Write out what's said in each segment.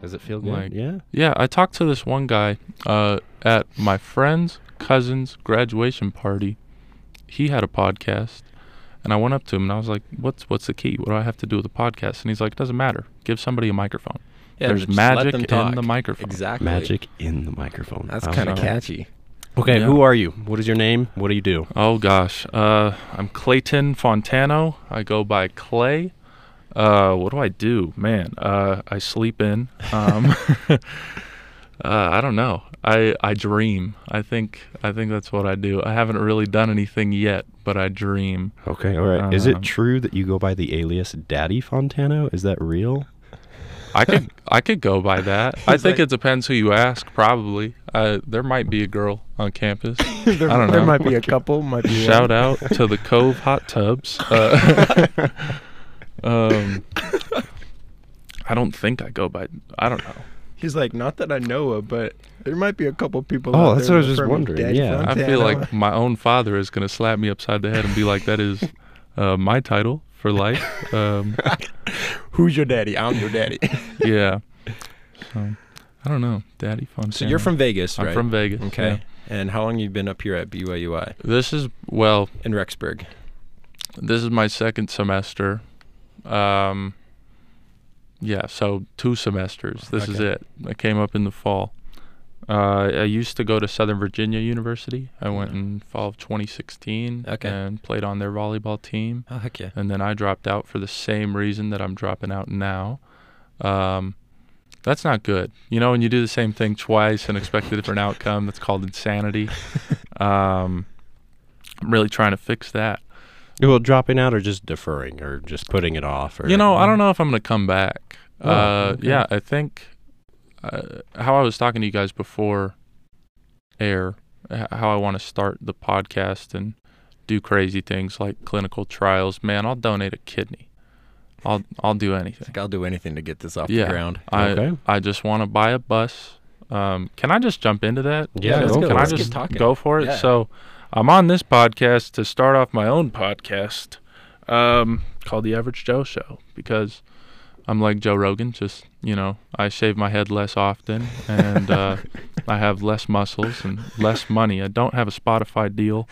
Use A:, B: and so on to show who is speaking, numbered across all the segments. A: Does it feel good?
B: Like-
A: yeah.
B: Yeah, I talked to this one guy uh, at my friend's cousin's graduation party. He had a podcast, and I went up to him and I was like, "What's what's the key? What do I have to do with the podcast?" And he's like, "It doesn't matter. Give somebody a microphone.
C: Yeah,
B: There's
C: just let
B: magic
C: them
B: in
C: talk.
B: the microphone.
C: Exactly.
A: Magic in the microphone.
C: That's
A: I
C: kind of
A: like
B: sorry.
A: that.
C: catchy.
A: Okay,
B: Yeah.
A: who are you? What is your name? What do you do?
B: Oh gosh, uh, I'm Clayton Fontano. I go by Clay. Uh, what do I do, man? Uh, I sleep in. Um, uh, I don't know. I I dream. I think I think that's what I do. I haven't really done anything yet, but I dream.
A: Okay, all right. is it
B: Um,
A: true that you go by the alias Daddy Fontano? Is that real?
B: I could I could go by that. I
C: He's
B: think
C: like-
B: it depends who you ask. Probably. Uh, there might be a girl on campus.
C: there,
B: I don't
C: there
B: know.
C: might be a couple. Might be
B: Shout out to the Cove Hot Tubs. Uh, um, I don't think I go by. I don't know.
C: He's like, not that I know of, but there might be a couple people.
A: Oh,
C: out
A: that's
C: there
A: what I was
C: that
A: just
C: refer me
A: wondering,
C: Daddy
A: yeah. I
B: I
C: Fontana.
B: feel like my own father is gonna slap me upside the head and be like, "That is uh, my title for life." Um,
C: who's your daddy? I'm your daddy.
B: yeah. So, I don't know, Daddy Fun.
C: so you're from Vegas,
B: I'm
C: right?
B: from Vegas.
C: Okay.
B: yeah.
C: And how long you been up here at BYUI
B: This is well.
C: in Rexburg?
B: This is my second semester. Um, yeah, so two semesters. This is
C: Okay.
B: it. I came up in the fall. Uh, I used to go to Southern Virginia University. I went in fall of 2016
C: Okay.
B: and played on their volleyball team.
C: Oh heck yeah.
B: And then I dropped out for the same reason that I'm dropping out now. Um, that's not good. You know, when you do the same thing twice and expect a different outcome, that's called insanity. Um, I'm really trying to fix that.
A: Well, dropping out or just deferring or just putting it off? Or,
B: You know, I don't know if I'm going to come back.
A: Oh,
B: uh,
A: okay.
B: Yeah, I think uh, how I was talking to you guys before air, h- how I want to start the podcast and do crazy things like clinical trials. Man, I'll donate a kidney. I'll I'll do anything.
C: Like I'll do anything to get this off
B: Yeah.
C: the ground.
B: I
A: Okay.
B: I just want to buy a bus. Um, can I just jump into that?
A: Yeah, Yeah,
C: let's
B: can
C: go.
B: I
C: Let's get
B: just
C: talking.
B: go for it?
C: Yeah.
B: So, I'm on this podcast to start off my own podcast um, called The Average Joe Show because I'm like Joe Rogan. Just you know, I shave my head less often and uh, I have less muscles and less money. I don't have a Spotify deal,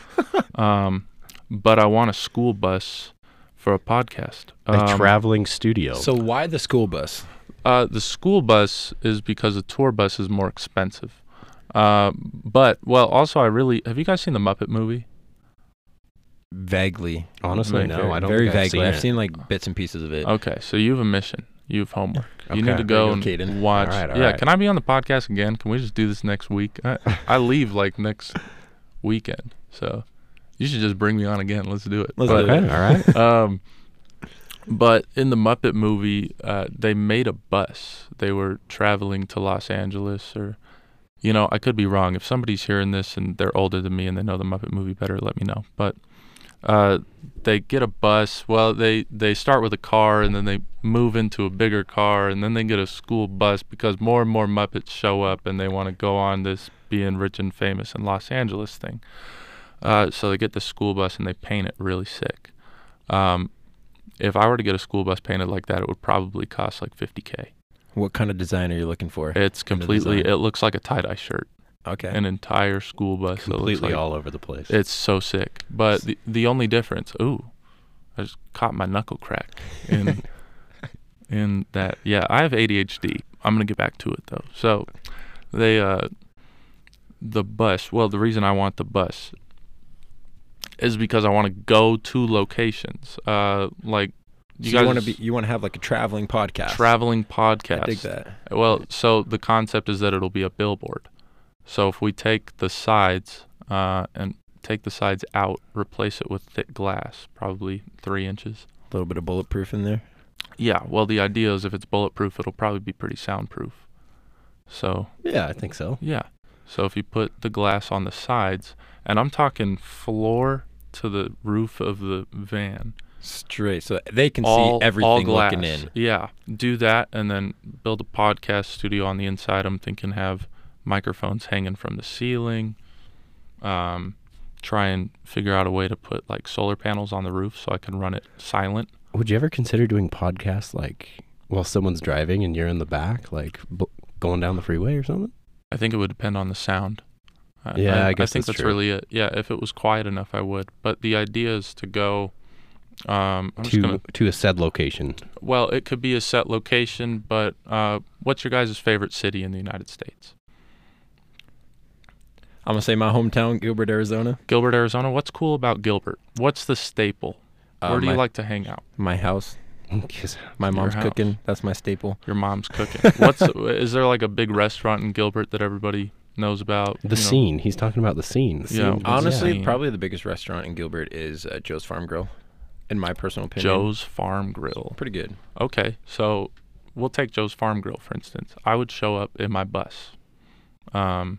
B: um, but I want a school bus for a podcast.
A: A
B: Um,
A: traveling studio.
C: So why the school bus?
B: uh, the school bus is because a tour bus is more expensive. Uh, but well, also I really have you guys seen the Muppet movie?
C: Vaguely.
A: honestly,
B: Like,
A: no,
B: very-
A: I don't
C: Very
A: think I've
C: vaguely.
A: seen
C: I've
A: it.
C: seen like bits and pieces of it.
B: Okay, so you have a mission, you have homework. You need
A: Okay.
B: to go and
C: There you go, Caden.
B: watch.
A: All right, all
B: yeah,
A: right.
B: can I be on the podcast again? Can we just do this next week? I, I leave like next weekend, so you should just bring me on again. Let's do it.
C: Let's
B: But-
C: do it.
A: Okay, all right.
B: um, but in the Muppet movie, uh, they made a bus. They were traveling to Los Angeles, or you know, I could be wrong. If somebody's hearing this and they're older than me and they know the Muppet movie better, let me know. But uh, they get a bus. Well, they they start with a car and then they move into a bigger car and then they get a school bus because more and more Muppets show up and they want to go on this being rich and famous in Los Angeles thing. Uh, so they get the school bus and they paint it really sick. Um, if I were to get a school bus painted like that, it would probably cost like 50k.
C: What kind of design are you looking for?
B: It's completely.
C: design.
B: It looks like a tie dye shirt.
C: Okay.
B: An entire school bus. that looks
A: Completely
B: like-
A: all over the place.
B: It's so sick. But the the only difference. Ooh, I just caught my knuckle crack in in that. Yeah, I have ADHD. I'm gonna get back to it though. So they uh the bus. Well, the reason I want the bus is because I want to go to locations. Uh, like
C: So you want to be you want to have like a traveling podcast.
B: traveling podcast.
C: I dig that.
B: Well, so the concept is that it'll be a billboard. So if we take the sides uh, and take the sides out, replace it with thick glass, probably three inches.
C: A little bit of bulletproof in there.
B: Yeah. Well, the idea is if it's bulletproof, it'll probably be pretty soundproof. So
A: yeah, I think so.
B: yeah. So if you put the glass on the sides, and I'm talking floor to the roof of the van,
C: Straight, so they can
B: all
C: see everything
B: all glass.
C: looking in.
B: Yeah, do that, and then build a podcast studio on the inside. I'm thinking have microphones hanging from the ceiling. Um, try and figure out a way to put like solar panels on the roof so I can run it silent.
A: Would you ever consider doing podcasts like while someone's driving and you're in the back, like bl- going down the freeway or something?
B: I think it would depend on the sound.
A: Yeah, I guess
B: think
A: that's
B: that's
A: true.
B: really it. Yeah, if it was quiet enough, I would. But the idea is to go. Um, I'm
A: to
B: just gonna.
A: to a said location.
B: Well, it could be a set location, but uh, what's your guys' favorite city in the United States?
D: I'm gonna say my hometown, Gilbert, Arizona.
B: Gilbert, Arizona. What's cool about Gilbert? What's the staple?
D: Uh,
B: Where do you
D: my-
B: like to hang out?
D: my house?
A: 'Cause
D: My
B: Your
D: mom's
B: house.
D: cooking. That's my staple.
B: Your mom's cooking. What's is there like a big restaurant in Gilbert that everybody knows about?
A: the
B: you know?
A: scene. He's talking about the scene.
B: Yeah.
A: Scene was-
D: Honestly,
B: Yeah.
D: probably the biggest restaurant in Gilbert is uh, Joe's Farm Grill, in my personal opinion.
B: Joe's Farm Grill.
D: Pretty good.
B: Okay, so we'll take Joe's Farm Grill for instance. I would show up in my bus, um,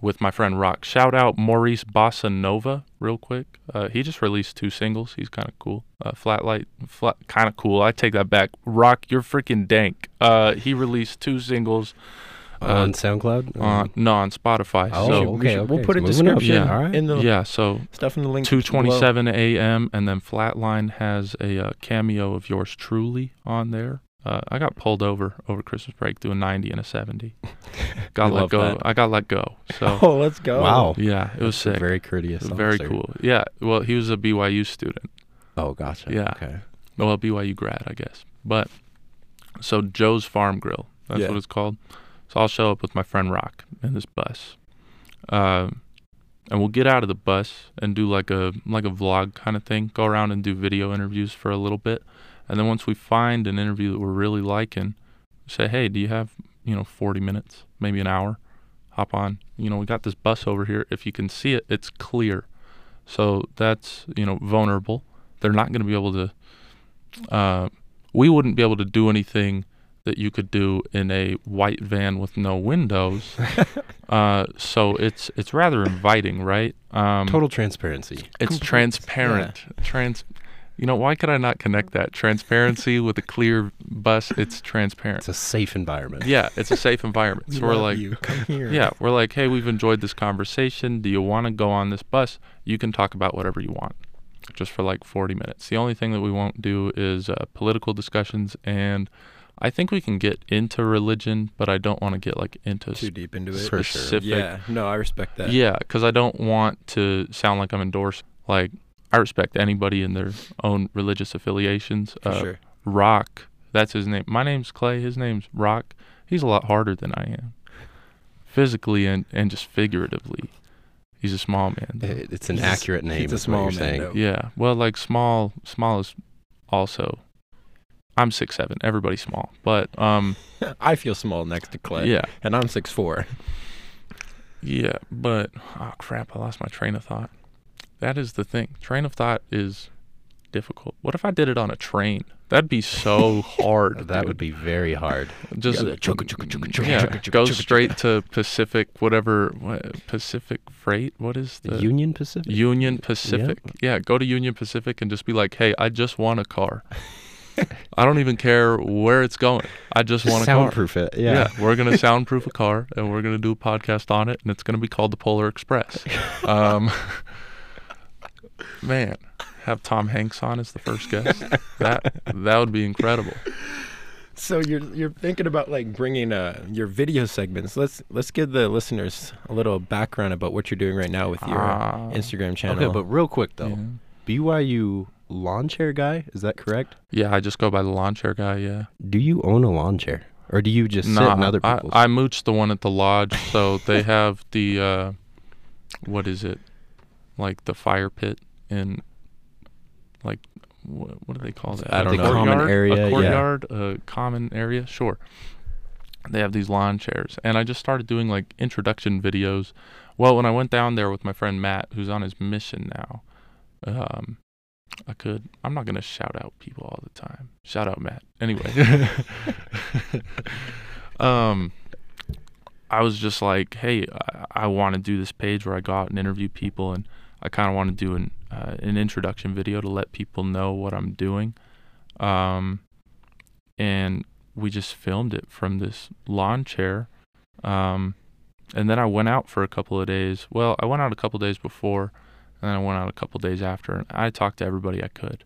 B: with my friend Rock. Shout out Maurice Bossa Nova, real quick. Uh, he just released two singles. He's kind of cool. Uh, Flatlight, flat, kind of cool. I take that back. Rock, you're freaking dank. Uh, he released two singles.
A: on
B: uh,
A: SoundCloud. Um,
B: on, no, on Spotify.
A: Oh,
B: so
A: okay,
D: should- we'll
A: okay,
D: put a
A: it's moving up.
D: description
A: Yeah, all right.
D: in the
B: yeah, so
D: stuff in the link.
B: 2:27 a.m. and then Flatline has a uh, cameo of yours truly on there. Uh, I got pulled over over Christmas break doing 90 and a 70. Got
D: We
B: let
D: love
B: go.
D: that.
B: I got let go. So
C: Oh, let's go.
A: Wow.
B: yeah, it was sick.
A: Very
B: It
A: courteous.
B: was very
A: officer.
B: cool. Yeah. Well, he was a BYU student.
A: Oh, gotcha.
B: Yeah.
A: Okay.
B: Well, BYU grad, I guess. But so Joe's Farm Grill. That's
D: Yeah.
B: what it's called. So I'll show up with my friend Rock in this bus, um, and we'll get out of the bus and do like a like a vlog kind of thing. Go around and do video interviews for a little bit, and then once we find an interview that we're really liking, say, hey, do you have you know 40 minutes, maybe an hour? Hop on. You know, we got this bus over here. If you can see it, it's clear. So that's you know vulnerable. They're not going to be able to uh, we wouldn't be able to do anything that you could do in a white van with no windows. uh, so it's it's rather inviting, right? Um,
A: Total transparency.
B: It's transparent. Trans. You know why could I not connect that transparency with a clear bus? It's transparent.
A: It's a safe environment.
B: yeah, it's a safe environment.
C: We
B: So we're
C: love
B: like,
C: you. come here.
B: yeah, we're like, hey, we've enjoyed this conversation. Do you want to go on this bus? You can talk about whatever you want, just for like 40 minutes. The only thing that we won't do is uh, political discussions, and I think we can get into religion, but I don't want to get like into
D: Too deep into it.
A: Sure. for
B: specific.
D: Yeah. No, I respect that.
B: Yeah, because I don't want to sound like I'm endorsed. Like I respect anybody in their own religious affiliations.
D: For
B: Uh,
D: sure.
B: Rock, that's his name. My name's Clay. His name's Rock. He's a lot harder than I am, physically and and just figuratively. He's a small man. though.
A: It- It's an
D: He's a s-
A: accurate name.
D: he's a
A: is what
D: small
A: you're
D: man,
A: saying.
D: though.
B: Yeah. Well, like small, small is also. I'm six seven. Everybody's small, but um,
D: I feel small next to Clay.
B: yeah,
D: And I'm six four.
B: yeah. But oh crap, I lost my train of thought. That is the thing. Train of thought is difficult. What if I did it on a train? That'd be so hard.
A: That
B: dude.
A: would be very hard.
B: just
D: Yeah, the chugga, chugga, chugga, chugga,
B: yeah,
D: chugga, chugga,
B: go
D: chugga,
B: straight to Pacific whatever what, Pacific Freight. What is the
A: Union Pacific.
B: Union Pacific? Yeah, go to Union Pacific and just be like, hey, I just want a car. I don't even care where it's going. I just,
A: Just
B: want a car.
A: soundproof it. Yeah.
B: we're gonna soundproof a car and we're gonna do a podcast on it, and it's gonna be called the Polar Express. Um, man, have Tom Hanks on as the first guest. That that would be incredible.
D: So you're you're thinking about like bringing uh your video segments. Let's let's give the listeners a little background about what you're doing right now with your
B: Ah.
D: Instagram channel.
A: Okay, but real quick though,
B: Yeah.
A: BYU lawn chair guy, is that correct?
B: Yeah, I just go by the lawn chair guy. Yeah,
A: Do you own a lawn chair, or do you just sit in other
B: I-
A: people's?
B: I, mooched the one at the lodge, so they have the uh, what is it, like the fire pit in, like what, what do they call that?
D: I
B: A
D: don't
A: know. Common
B: courtyard?
A: area, yeah.
B: A courtyard, a common area. Sure. They have these lawn chairs, and I just started doing like introduction videos. Well, when I went down there with my friend Matt, who's on his mission now, um, I could. I'm not gonna shout out people all the time. Shout out Matt. Anyway, um, I was just like, hey, I, I want to do this page where I go out and interview people, and I kind of want to do an uh, an introduction video to let people know what I'm doing. Um, and we just filmed it from this lawn chair. Um, and then I went out for a couple of days. Well, I went out a couple of days before, and then I went out a couple of days after, and I talked to everybody I could.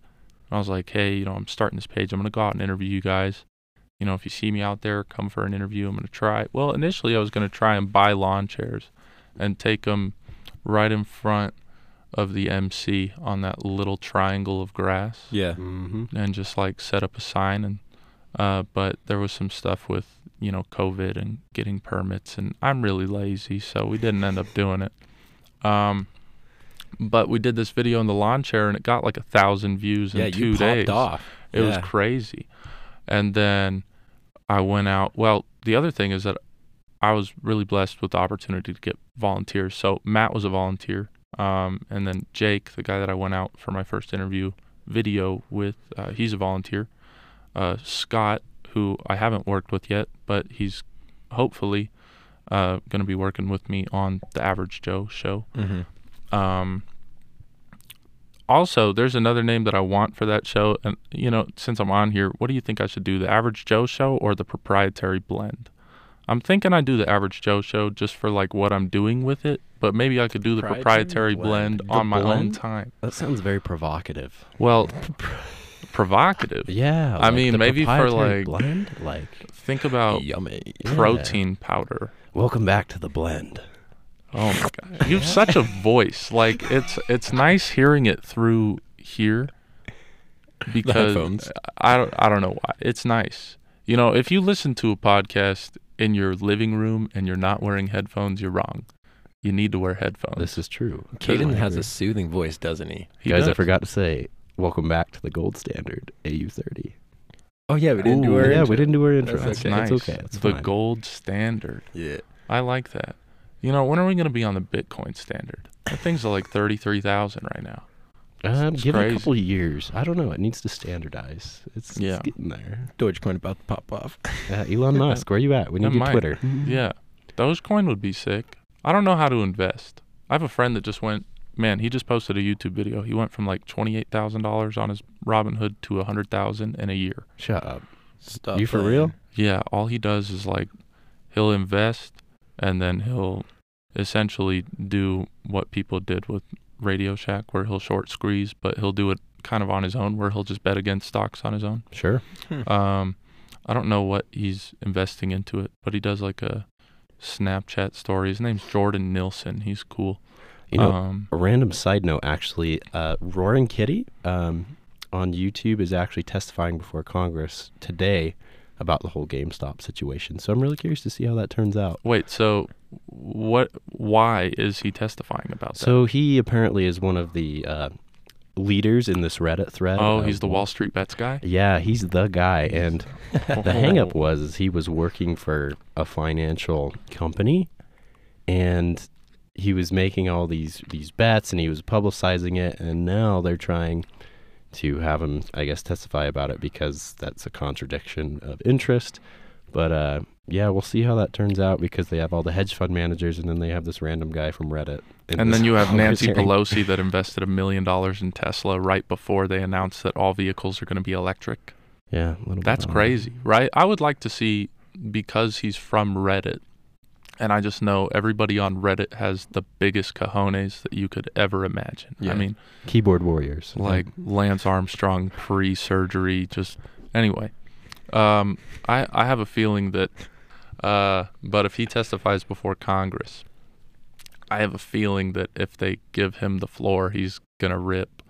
B: I was like, hey, you know, I'm starting this page. I'm gonna go out and interview you guys. you know, if you see me out there, come for an interview. I'm going to try. Well, initially, I was going to try and buy lawn chairs and take them right in front of the MC on that little triangle of grass
D: Yeah.
A: Mm-hmm.
B: and just like set up a sign and uh but there was some stuff with you know covid and getting permits and i'm really lazy so we didn't end up doing it um but we did this video on the lawn chair and it got like a thousand views in
D: yeah,
B: two
D: you popped
B: days
D: off.
B: it was
D: Yeah.
B: crazy and then i went out well the other thing is that i was really blessed with the opportunity to get volunteers so matt was a volunteer um, and then jake the guy that i went out for my first interview video with uh, he's a volunteer uh, scott who i haven't worked with yet but he's hopefully uh, going to be working with me on the average joe show
D: Mm-hmm.
B: um, also, there's another name that I want for that show, and you know, since I'm on here, what do you think I should do? The Average Joe Show or the Proprietary Blend? I'm thinking I do the Average Joe Show just for like what I'm doing with it, but maybe I could do the Proprietary
D: Proprietary
B: Blend,
D: Blend. The
B: on my own
A: blend?
B: time.
A: That sounds very provocative.
B: Well, provocative.
A: Yeah.
B: I mean,
A: the
B: maybe for,
A: proprietary
B: like,
A: blend, like
B: Think about
A: yummy Yeah.
B: protein powder.
A: Welcome back to the blend.
B: Oh my god. You have such a voice. Like it's it's nice hearing it through here because
D: headphones.
B: I don't I don't know why. It's nice. You know, if you listen to a podcast in your living room and you're not wearing headphones, you're wrong. You need to wear headphones.
A: This is true.
D: Caden
A: Totally
D: has
A: agree.
D: a soothing voice, doesn't he?
B: He
A: Guys, I
B: does.
A: forgot to say, welcome back to the gold standard AU30.
D: Oh yeah, we didn't do
B: Ooh,
D: our
A: yeah, we didn't do our intro.
D: That's
B: That's
D: okay.
B: nice.
A: It's okay. It's
B: the
A: fine.
B: gold standard.
D: Yeah.
B: I like that. You know, when are we going to be on the Bitcoin standard? That thing's like 33,000 right now.
A: Um,
B: It's
A: give it a
B: crazy.
A: couple of years. I don't know. It needs to standardize. It's,
B: Yeah.
A: it's getting there.
D: Dogecoin about to pop off.
A: Uh, Elon Musk, where you at? We
B: It
A: need your
B: might.
A: Twitter.
B: Mm-hmm. Yeah. Dogecoin would be sick. I don't know how to invest. I have a friend that just went, man, he just posted a YouTube video. He went from like $28,000 on his Robinhood to 100,000 in a year.
A: Shut up.
D: Stop.
A: You for real?
B: Yeah, all he does is like he'll invest and then he'll essentially do what people did with Radio Shack where he'll short squeeze, but he'll do it kind of on his own where he'll just bet against stocks on his own.
A: Sure.
B: Um, I don't know what he's investing into it, but he does like a Snapchat story. His name's Jordan Nilsson. He's cool.
A: You know,
B: um,
A: a random side note, actually, uh, Roaring Kitty um, on YouTube is actually testifying before Congress today about the whole GameStop situation. So I'm really curious to see how that turns out.
B: wait, so what? Why is he testifying about
A: So he apparently is one of the uh, leaders in this Reddit thread.
B: that? Oh,
A: of-
B: he's the Wall Street Bets guy.
A: Yeah, he's the guy. And the hang up
B: Oh.
A: was is he was working for a financial company and he was making all these these bets and he was publicizing it and now they're trying to have him I guess testify about it because that's a contradiction of interest. But uh yeah, we'll see how that turns out because they have all the hedge fund managers and then they have this random guy from Reddit. in
B: And
A: this
B: then you have Nancy
A: conversation.
B: Pelosi that invested a million dollars in Tesla right before they announced that all vehicles are going to be electric.
A: Yeah, a little bit
B: That's
A: on that.
B: crazy, right? I would like to see because he's from Reddit, and I just know everybody on Reddit has the biggest cojones that you could ever imagine.
D: Yeah.
B: I mean,
A: Keyboard warriors.
B: like Lance Armstrong pre-surgery. Just anyway, um, I I have a feeling that, uh, but if he testifies before Congress, I have a feeling that if they give him the floor, he's gonna rip,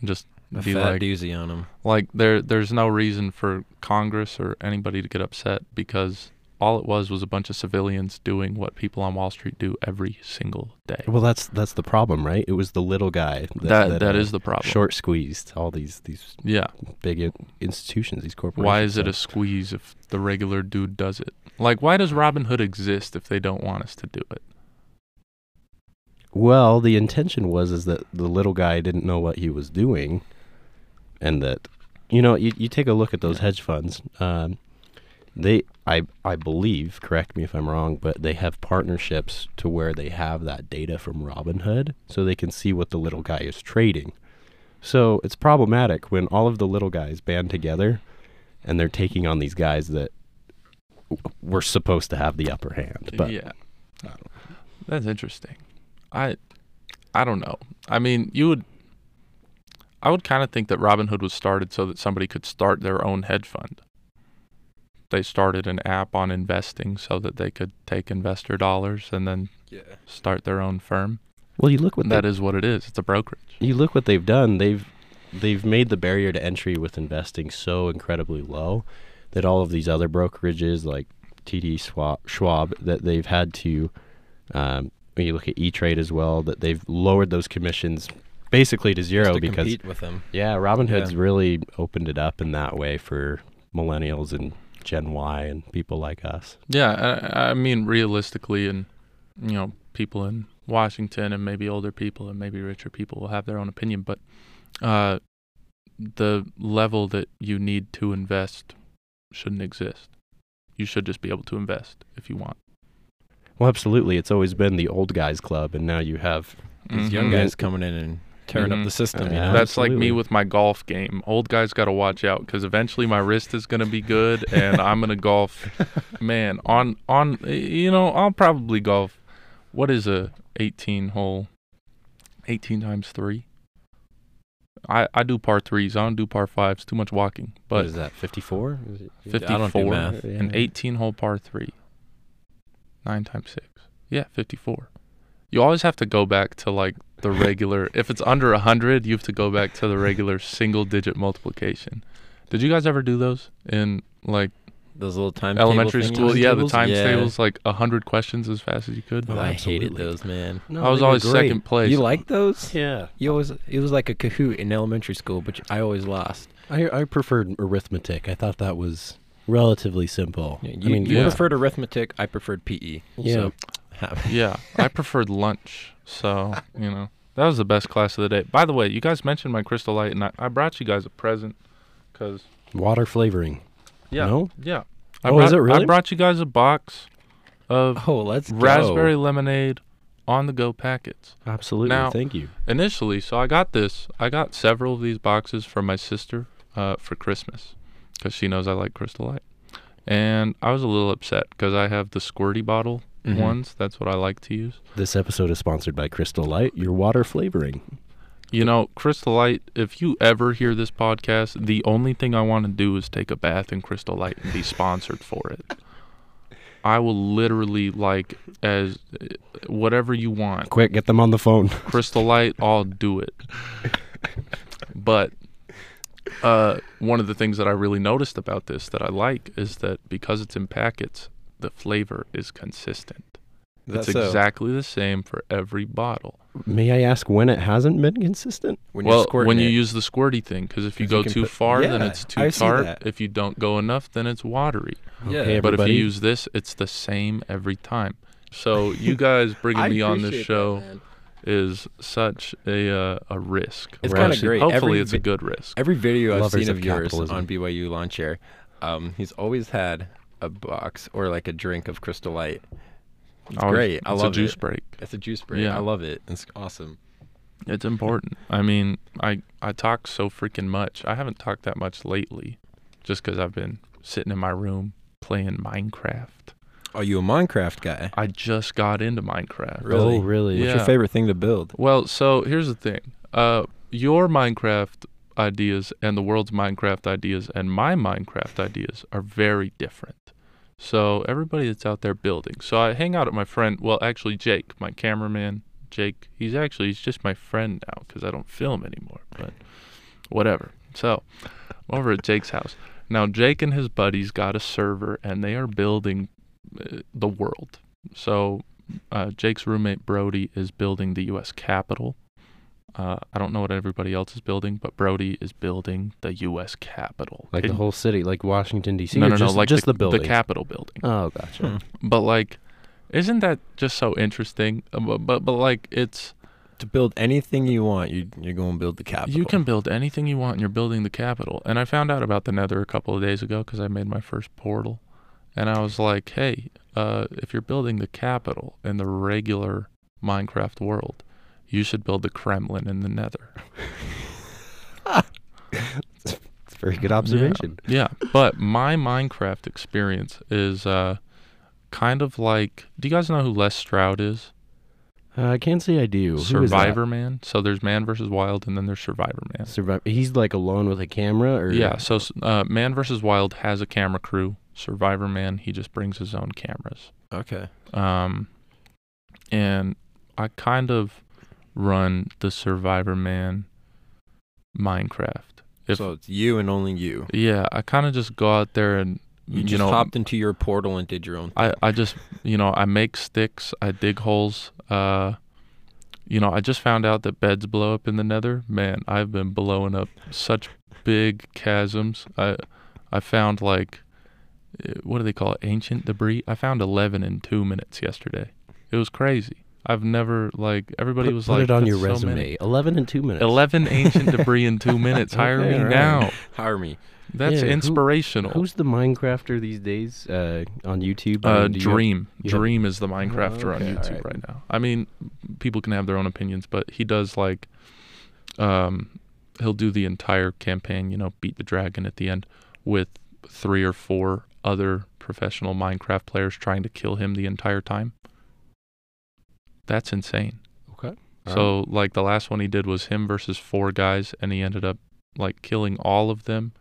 B: and just
D: A
B: be
D: fat
B: like,
D: doozy on him.
B: like there there's no reason for Congress or anybody to get upset because all it was was a bunch of civilians doing what people on Wall Street do every single day.
A: Well, that's that's the problem, right? It was the little guy
B: That that
A: uh,
B: is the problem.
A: short squeezed all these these
B: Yeah.
A: big in- institutions, these corporations.
B: Why is it a
A: So-
B: squeeze if the regular dude does it? Like, why does Robin Hood exist if they don't want us to do it?
A: well, the intention was is that the little guy didn't know what he was doing, and that you know you, you take a look at those hedge funds. Um, they I I believe correct me if I'm wrong, but they have partnerships to where they have that data from Robinhood, so they can see what the little guy is trading. So it's problematic when all of the little guys band together, and they're taking on these guys that w- were supposed to have the upper hand. But
B: yeah, that's interesting. I, I don't know. I mean, you would. I would kind of think that Robin Hood was started so that somebody could start their own hedge fund. they started an app on investing so that they could take investor dollars and then
D: Yeah.
B: start their own firm.
A: Well, you look what
B: That
A: they,
B: is what it is. It's a brokerage.
A: you look what they've done. They've they've made the barrier to entry with investing so incredibly low that all of these other brokerages like TD Schwab, Schwab that they've had to. Um, when you look at E Trade as well, that they've lowered those commissions basically to zero
D: Just to
A: because
D: compete with them.
A: Yeah, Robinhood's
D: Yeah.
A: really opened it up in that way for millennials and Gen Y and people like us.
B: Yeah, I, I mean realistically, and you know, people in Washington and maybe older people and maybe richer people will have their own opinion, but uh, the level that you need to invest shouldn't exist. You should just be able to invest if you want.
A: Well, absolutely. It's always been the old guys club, and now you have.
D: These
B: Mhm.
D: young guys coming in and tearing
B: Mhm.
D: up the system. You
A: Mm-hmm. Yeah.
D: know?
B: That's like
A: Absolutely.
B: me with my golf game. Old guys got to watch out because eventually my wrist is going to be good, and I'm going to golf. Man, on on you know I'll probably golf. What is a 18 hole? 18 times three. I I do par threes. I don't do par fives. Too much walking.
A: what
B: But
A: is that? Fifty-four?
D: I don't do
B: 54.
D: math.
B: an 18 hole par three. Nine times six. Yeah, 54. You always have to go back to like the regular. if it's under 100, you have to go back to the regular single digit multiplication. Did you guys ever do those in like
D: Those little time
B: elementary school? Yeah, the times
D: yeah.
B: tables, like 100 questions as fast as you could.
D: Oh, I hated
A: Absolutely.
D: those, man.
A: No,
B: I was
A: they were
B: always
A: great.
B: second place.
D: You like those?
A: Yeah,
D: You always it was like a cahoot in elementary school, but I always lost.
A: I I preferred arithmetic. I thought that was relatively simple.
D: You,
A: I mean,
D: you
B: yeah.
D: preferred arithmetic. I preferred PE.
A: Yeah.
D: So, ha-
B: yeah, I preferred lunch. So, you know, that was the best class of the day. By the way, you guys mentioned my crystal light, and I, I brought you guys a present because,
A: water flavoring.
B: yeah.
A: No?
B: Yeah. I
A: Oh,
B: brought,
A: is it really?
B: I brought you guys a box of
D: oh, let's
B: raspberry
D: Go.
B: lemonade on the go packets.
A: Absolutely.
B: Now-
A: Thank you.
B: Initially, so I got this. I got several of these boxes from my sister uh, for Christmas because she knows I like Crystal Light. And I was a little upset because I have the squirty bottle
D: Mhm.
B: ones. That's what I like to use.
A: This episode is sponsored by Crystal Light, your water flavoring.
B: You know, Crystal Light, if you ever hear this podcast, the only thing I want to do is take a bath in Crystal Light and be sponsored for it. I will literally like as eh, whatever you want.
A: Quick, get them on the phone.
B: Crystal Light, I'll do it. But uh, one of the things that I really noticed about this that I like is that because it's in packets, the flavor is consistent.
D: Is that
B: It's
D: so?
B: exactly the same for every bottle.
A: May I ask when it hasn't been consistent?
D: when
B: well,
D: you're squirting
B: when you
D: it.
B: use the squirty thing, because if you
D: 'Cause
B: go
D: you can
B: too
D: put-
B: far, then
D: Yeah,
B: it's too
D: I see
B: tart.
D: that.
B: If you don't go enough, then it's watery.
D: Yeah.
A: Okay,
B: But if
A: everybody.
B: you use this, it's the same every time. So you guys bringing
D: I
B: me on
D: appreciate
B: this
D: that,
B: show
D: man.
B: is such a uh, a risk.
D: It's
B: Right.
D: kinda great.
B: Hopefully,
D: Every
B: it's a
D: vi-
B: good risk.
D: Every video I've
A: Lovers
D: seen
A: of
D: of yours
A: capitalism.
D: on BYU lawn chair, um, he's always had a box or like a drink of Crystal Light. It's
B: Always-
D: great. I
B: it's
D: love
B: a juice
D: it.
B: break.
D: It's a juice break.
B: Yeah.
D: I love it. It's awesome.
B: It's important. I mean, I I talk so freaking much. I haven't talked that much lately, just because I've been sitting in my room playing Minecraft.
D: Are you a Minecraft guy?
B: I just got into Minecraft.
D: Really?
A: Oh, really?
B: Yeah.
D: What's your favorite thing to build?
B: Well, so here's the thing. Uh, your Minecraft ideas and the world's Minecraft ideas and my Minecraft ideas are very different. So everybody that's out there building. So I hang out at my friend. Well, actually, Jake, my cameraman, Jake. He's actually he's just my friend now because I don't film anymore. But whatever. So I'm over at Jake's house now. Jake and his buddies got a server and they are building uh, the world. So uh, Jake's roommate Brody is building the U.S. Capitol. Uh, I don't know what everybody else is building, but Brody is building the U.S. Capitol.
A: Like
B: It-
A: the whole city, like Washington D.C.
B: no,
A: or
B: no, no,
A: just,
B: like
A: just the,
B: the,
A: building.
B: Capitol building.
A: Oh, gotcha.
D: Hmm.
B: But like, isn't that just so interesting? Uh, But but, but like, it's
D: To build anything you want, you, you're going to build the capital.
B: you can build anything you want, and you're building the Capitol. And I found out about the Nether a couple of days ago because I made my first portal, and I was like, hey, uh, if you're building the Capitol in the regular Minecraft world, you should build the Kremlin in the Nether.
A: It's a very good observation.
B: Yeah, but my Minecraft experience is uh, kind of like. Do you guys know who Les Stroud is?
A: Uh, I can't say I do. Who is that?
B: Survivor Man. So there's Man versus Wild, and then there's Survivor Man.
A: Survivor. He's like alone with a camera, or
B: Yeah. So s- uh, Man versus Wild has a camera crew. Survivor Man, he just brings his own cameras.
D: Okay.
B: Um, and I kind of run the Survivor Man Minecraft. If-
D: so it's you and only you.
B: Yeah, I kind of just go out there and
D: You,
B: you,
D: just
B: know
D: hopped into your portal and did your own.
B: I, I just you know I make sticks, I dig holes. Uh, you know I just found out that beds blow up in the Nether. Man, I've been blowing up such big chasms. I I found like eh, what do they call it? Ancient debris. I found eleven in two minutes yesterday. It was crazy. I've never like everybody
A: put,
B: was
A: put
B: like
A: it on
B: "That's
A: your
B: so
A: resume.
B: many."
A: Eleven in two minutes.
B: Eleven ancient debris in two minutes. Hire
A: Okay,
B: me
A: alright.
B: now.
D: Hire me.
B: That's
A: Yeah, who-
B: inspirational.
A: Who's the Minecrafter these days uh, on YouTube? I
B: Uh,
A: mean, do you-
B: Dream.
A: you have-
B: Dream is the Minecrafter on
A: okay,
B: YouTube
A: alright.
B: right now. I mean, people can have their own opinions, but he does like, um, he'll do the entire campaign. You know, beat the dragon at the end with three or four other professional Minecraft players trying to kill him the entire time. That's insane.
A: Okay.
B: So like the last one he did was him versus four guys, and he ended up like killing all of them,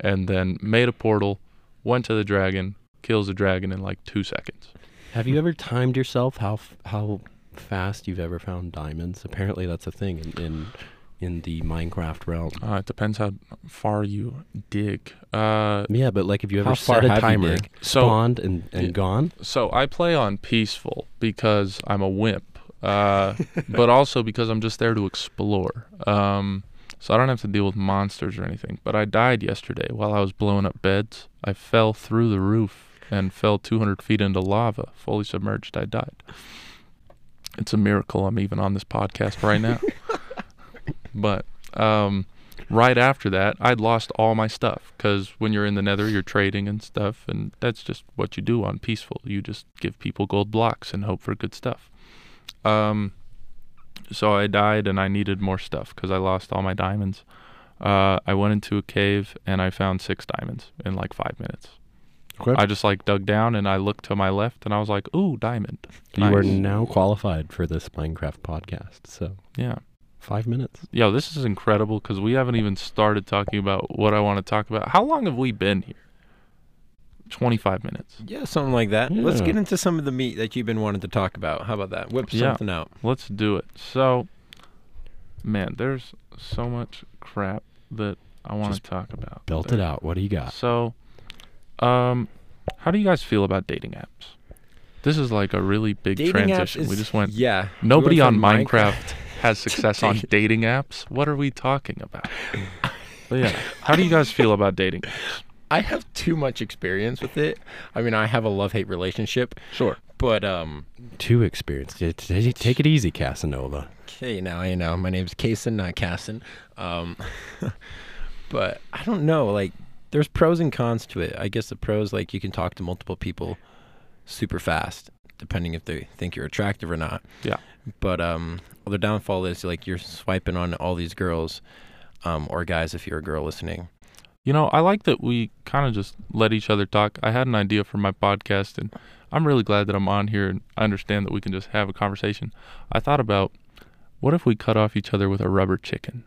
B: and then made a portal, went to the dragon, kills the dragon in like two seconds.
A: have you ever timed yourself how f- how fast you've ever found diamonds? Apparently, that's a thing in in, in the Minecraft realm.
B: Uh, it depends how far you dig. Uh,
A: Yeah, but like, if you
D: How
A: ever
D: far
A: set a
D: have you
A: timer,
D: dig?
B: so
A: spawned and, and
B: Yeah.
A: gone?
B: so I play on peaceful because I'm a wimp, uh, but also because I'm just there to explore. Um, so I don't have to deal with monsters or anything. But I died yesterday while I was blowing up beds. I fell through the roof and fell 200 feet into lava, fully submerged. I died. It's a miracle I'm even on this podcast right now. but um, right after that, I'd lost all my stuff because when you're in the Nether, you're trading and stuff, and that's just what you do on Peaceful. You just give people gold blocks and hope for good stuff. Um, so I died and I needed more stuff because I lost all my diamonds. Uh, I went into a cave and I found six diamonds in like five minutes.
A: Okay.
B: I just like dug down and I looked to my left and I was like, "Ooh, diamond!"
A: You are
B: Nice.
A: now qualified for this Minecraft podcast. So
B: Yeah.
A: five minutes.
B: Yo, this is incredible because we haven't even started talking about what I want to talk about. How long have we been here? 25 minutes.
D: Yeah, something like that. Let's
A: Yeah.
D: get into some of the meat that you've been wanting to talk about. How about that? Whip
B: Yeah.
D: something out.
B: Let's do it. So, man, there's so much crap that I want to
A: Just
B: talk about.
A: Belt
B: There-
A: it out. What do you got?
B: So, um, how do you guys feel about dating apps? This is like a really big transition. we just went.
D: Yeah. we
B: Nobody
D: went
B: on
D: from
B: Minecraft has success on
D: dating.
B: dating apps. What are we talking about? But yeah, how do you guys feel about dating?
D: I have too much experience with it. I mean, I have a love-hate relationship,
B: Sure.
D: but um
A: Too experienced. T- t- Take it easy, Casanova.
D: okay, now you know. My name's Kason, not Casson. Um but I don't know, like there's pros and cons to it. I guess the pros like you can talk to multiple people super fast depending if they think you're attractive or not.
B: Yeah.
D: But um the downfall is like you're swiping on all these girls um or guys if you're a girl listening.
B: You know, I like that we kind of just let each other talk. I had an idea for my podcast, and I'm really glad that I'm on here and I understand that we can just have a conversation. I thought about what if we cut off each other with a rubber chicken?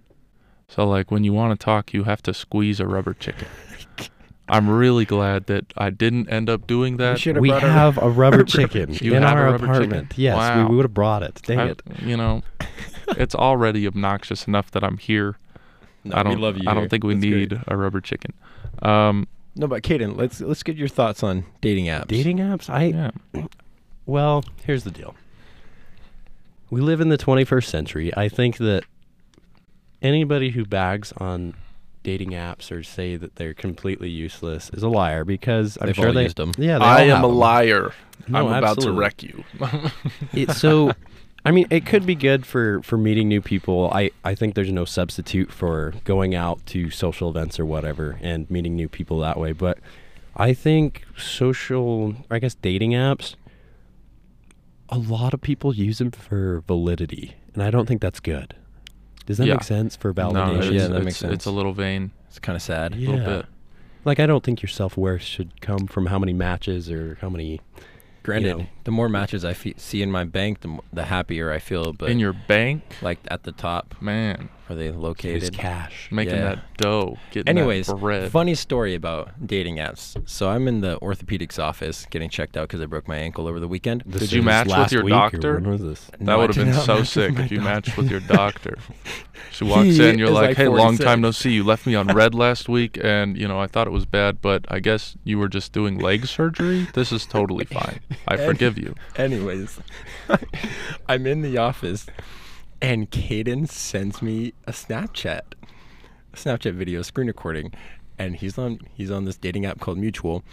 B: So, like, when you want to talk, you have to squeeze a rubber chicken. I'm really glad that I didn't end up doing that.
C: should have
A: We
C: brought a-
A: have a rubber chicken
B: You
A: in
B: have
A: our
B: a rubber chicken?
A: apartment. Yes,
B: Wow.
A: we, we would have brought it. Dang
B: I-
A: it.
B: You know, it's already obnoxious enough that I'm here. I don't I don't think we need a rubber chicken. Um,
D: No, but Kaden, let's let's get your thoughts on dating apps.
A: Dating apps? I
B: yeah.
A: well, here's the deal. We live in the 21st century. I think that anybody who bags on dating apps or say that they're completely useless is a liar because I'm
D: They've
A: sure
D: all
A: they
D: used 'em.
A: Yeah, they
E: I
A: all
E: am
A: have
E: a
A: 'em.
E: liar.
A: No,
E: I'm about to
A: absolutely.
E: wreck you.
A: it, so i mean it could be good for for meeting new people i i think there's no substitute for going out to social events or whatever and meeting new people that way but i think social i guess dating apps a lot of people use them for validity and i don't think that's good does that
B: Yeah.
A: make sense for
B: No,
A: validation
B: it's,
D: Yeah, that makes
B: it's- It's
D: sense.
B: a little vain.
D: It's kind of sad.
B: a little bit.
A: Like I don't think your self worth should come from how many matches or how many
D: Granted,
A: know.
D: the more matches I fe- see in my bank, the, m- the happier I feel. But
B: in your bank,
D: like at the top,
B: man,
D: where they
A: His
D: located?
A: cash.
B: making
D: Yeah.
B: that dough, getting
D: Anyways,
B: that bread.
D: funny story about dating apps. So I'm in the orthopedics office getting checked out because I broke my ankle over the weekend.
A: This
B: Did you
A: is
B: match with
A: last
B: your
A: week, or
B: doctor?
A: When was this?
D: No,
B: that
D: I
B: would
D: did
B: have been
D: not
B: so
D: match with
B: sick
D: my
B: if you
D: doctor.
B: matched with your doctor. She walks
D: He
B: in, you're
D: is
B: like,
D: like
B: "Hey, long time
D: 46."
B: no see. You left me on red last week, and you know I thought it was bad, but I guess you were just doing leg surgery. This is totally fine. I
D: And-
B: forgive you."
D: Anyways, I'm in the office and Caden sends me a Snapchat, a Snapchat video screen recording, and he's on he's on this dating app called Mutual,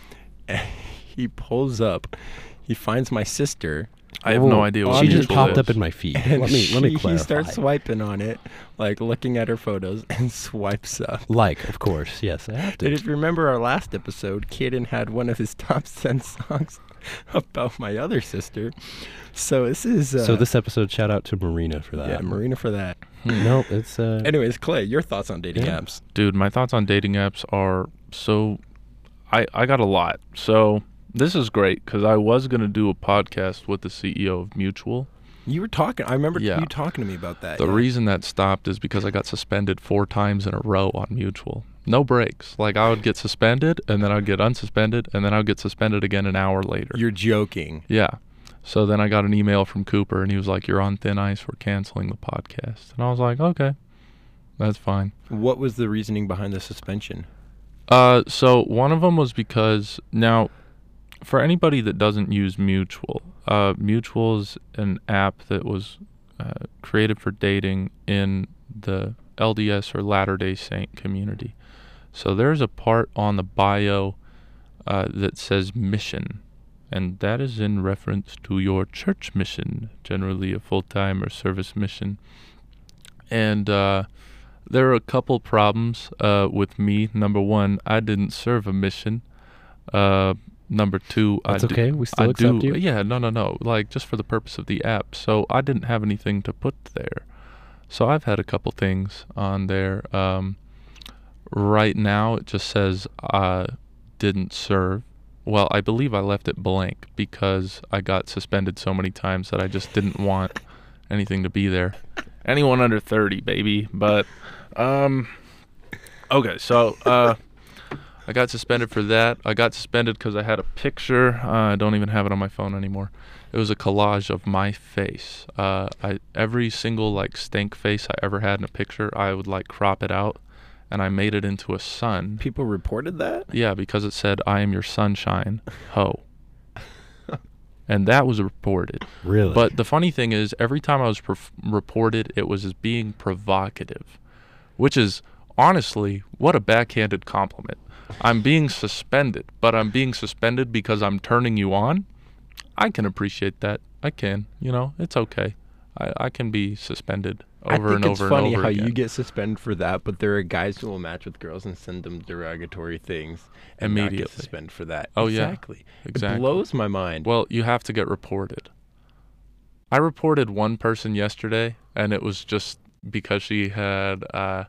D: and he pulls up, he finds my sister,
B: I have
A: Oh,
B: no idea what
A: She
B: mutual
A: just popped
B: is.
A: up in my feed.
D: and
A: Let me let me
D: she-
A: clarify.
D: he starts swiping on it, like looking at her photos and swipes up.
A: like, of course, yes, I have to.
D: And if you remember our last episode, Kaden had one of his top 10 songs about my other sister. So this is. Uh,
A: so this episode, shout out to Marina for that.
D: Yeah, Marina for that.
B: Hmm.
A: No, it's uh,
D: Anyways, Clay, your thoughts on dating
A: Yeah.
D: apps?
B: dude my thoughts on dating apps are so i i got a lot so this is great because i was going to do a podcast with the ceo of mutual
D: You were talking. I remember
B: Yeah.
D: you talking to me about that.
B: the reason that stopped is because i got suspended four times in a row on mutual no breaks like i would get suspended and then i'd get unsuspended and then i'd get suspended again an hour later
D: You're joking.
B: yeah so then i got an email from cooper and he was like you're on thin ice we're canceling the podcast and i was like okay that's fine
D: What was the reasoning behind the suspension?
B: Uh, so one of them was because now, for anybody that doesn't use Mutual, uh, Mutual is an app that was uh, created for dating in the LDS or Latter Day Saint community. So there's a part on the bio uh, that says mission, and that is in reference to your church mission, generally a full time or service mission. And uh, there are a couple problems uh, with me. Number one, I didn't serve a mission. Uh, number two,
A: that's
B: I do-
A: okay. We still accept
B: do,
A: you.
B: Yeah, no, no, no. Like just for the purpose of the app. So I didn't have anything to put there. So I've had a couple things on there. Um, right now, it just says uh, didn't serve. Well, I believe I left it blank because I got suspended so many times that I just didn't want anything to be there. Anyone under 30, baby. But, um, okay, so, uh, I got suspended for that. I got suspended because I had a picture. Uh, I don't even have it on my phone anymore. It was a collage of my face. Uh, I every single like stank face I ever had in a picture, I would like crop it out, and I made it into a sun.
D: People reported that?
B: Yeah, because it said "I am your sunshine, ho," and that was reported.
A: Really?
B: But the funny thing is, every time I was perf- reported, it was as being provocative, which is honestly what a backhanded compliment. I'm being suspended, but I'm being suspended because I'm turning you on. I can appreciate that. I can. You know, it's okay. I, I can be suspended
D: I
B: over
D: think
B: and
D: it's
B: over
D: funny
B: and over
D: how
B: again.
D: you get suspended for that, but there are guys who will match with girls and send them derogatory things and not get
B: Immediately.
D: suspended for that.
B: Oh, yeah.
D: exactly.
B: Exactly.
D: It blows my mind.
B: Well, you have to get reported. I reported one person yesterday, and it was just because she had. Uh,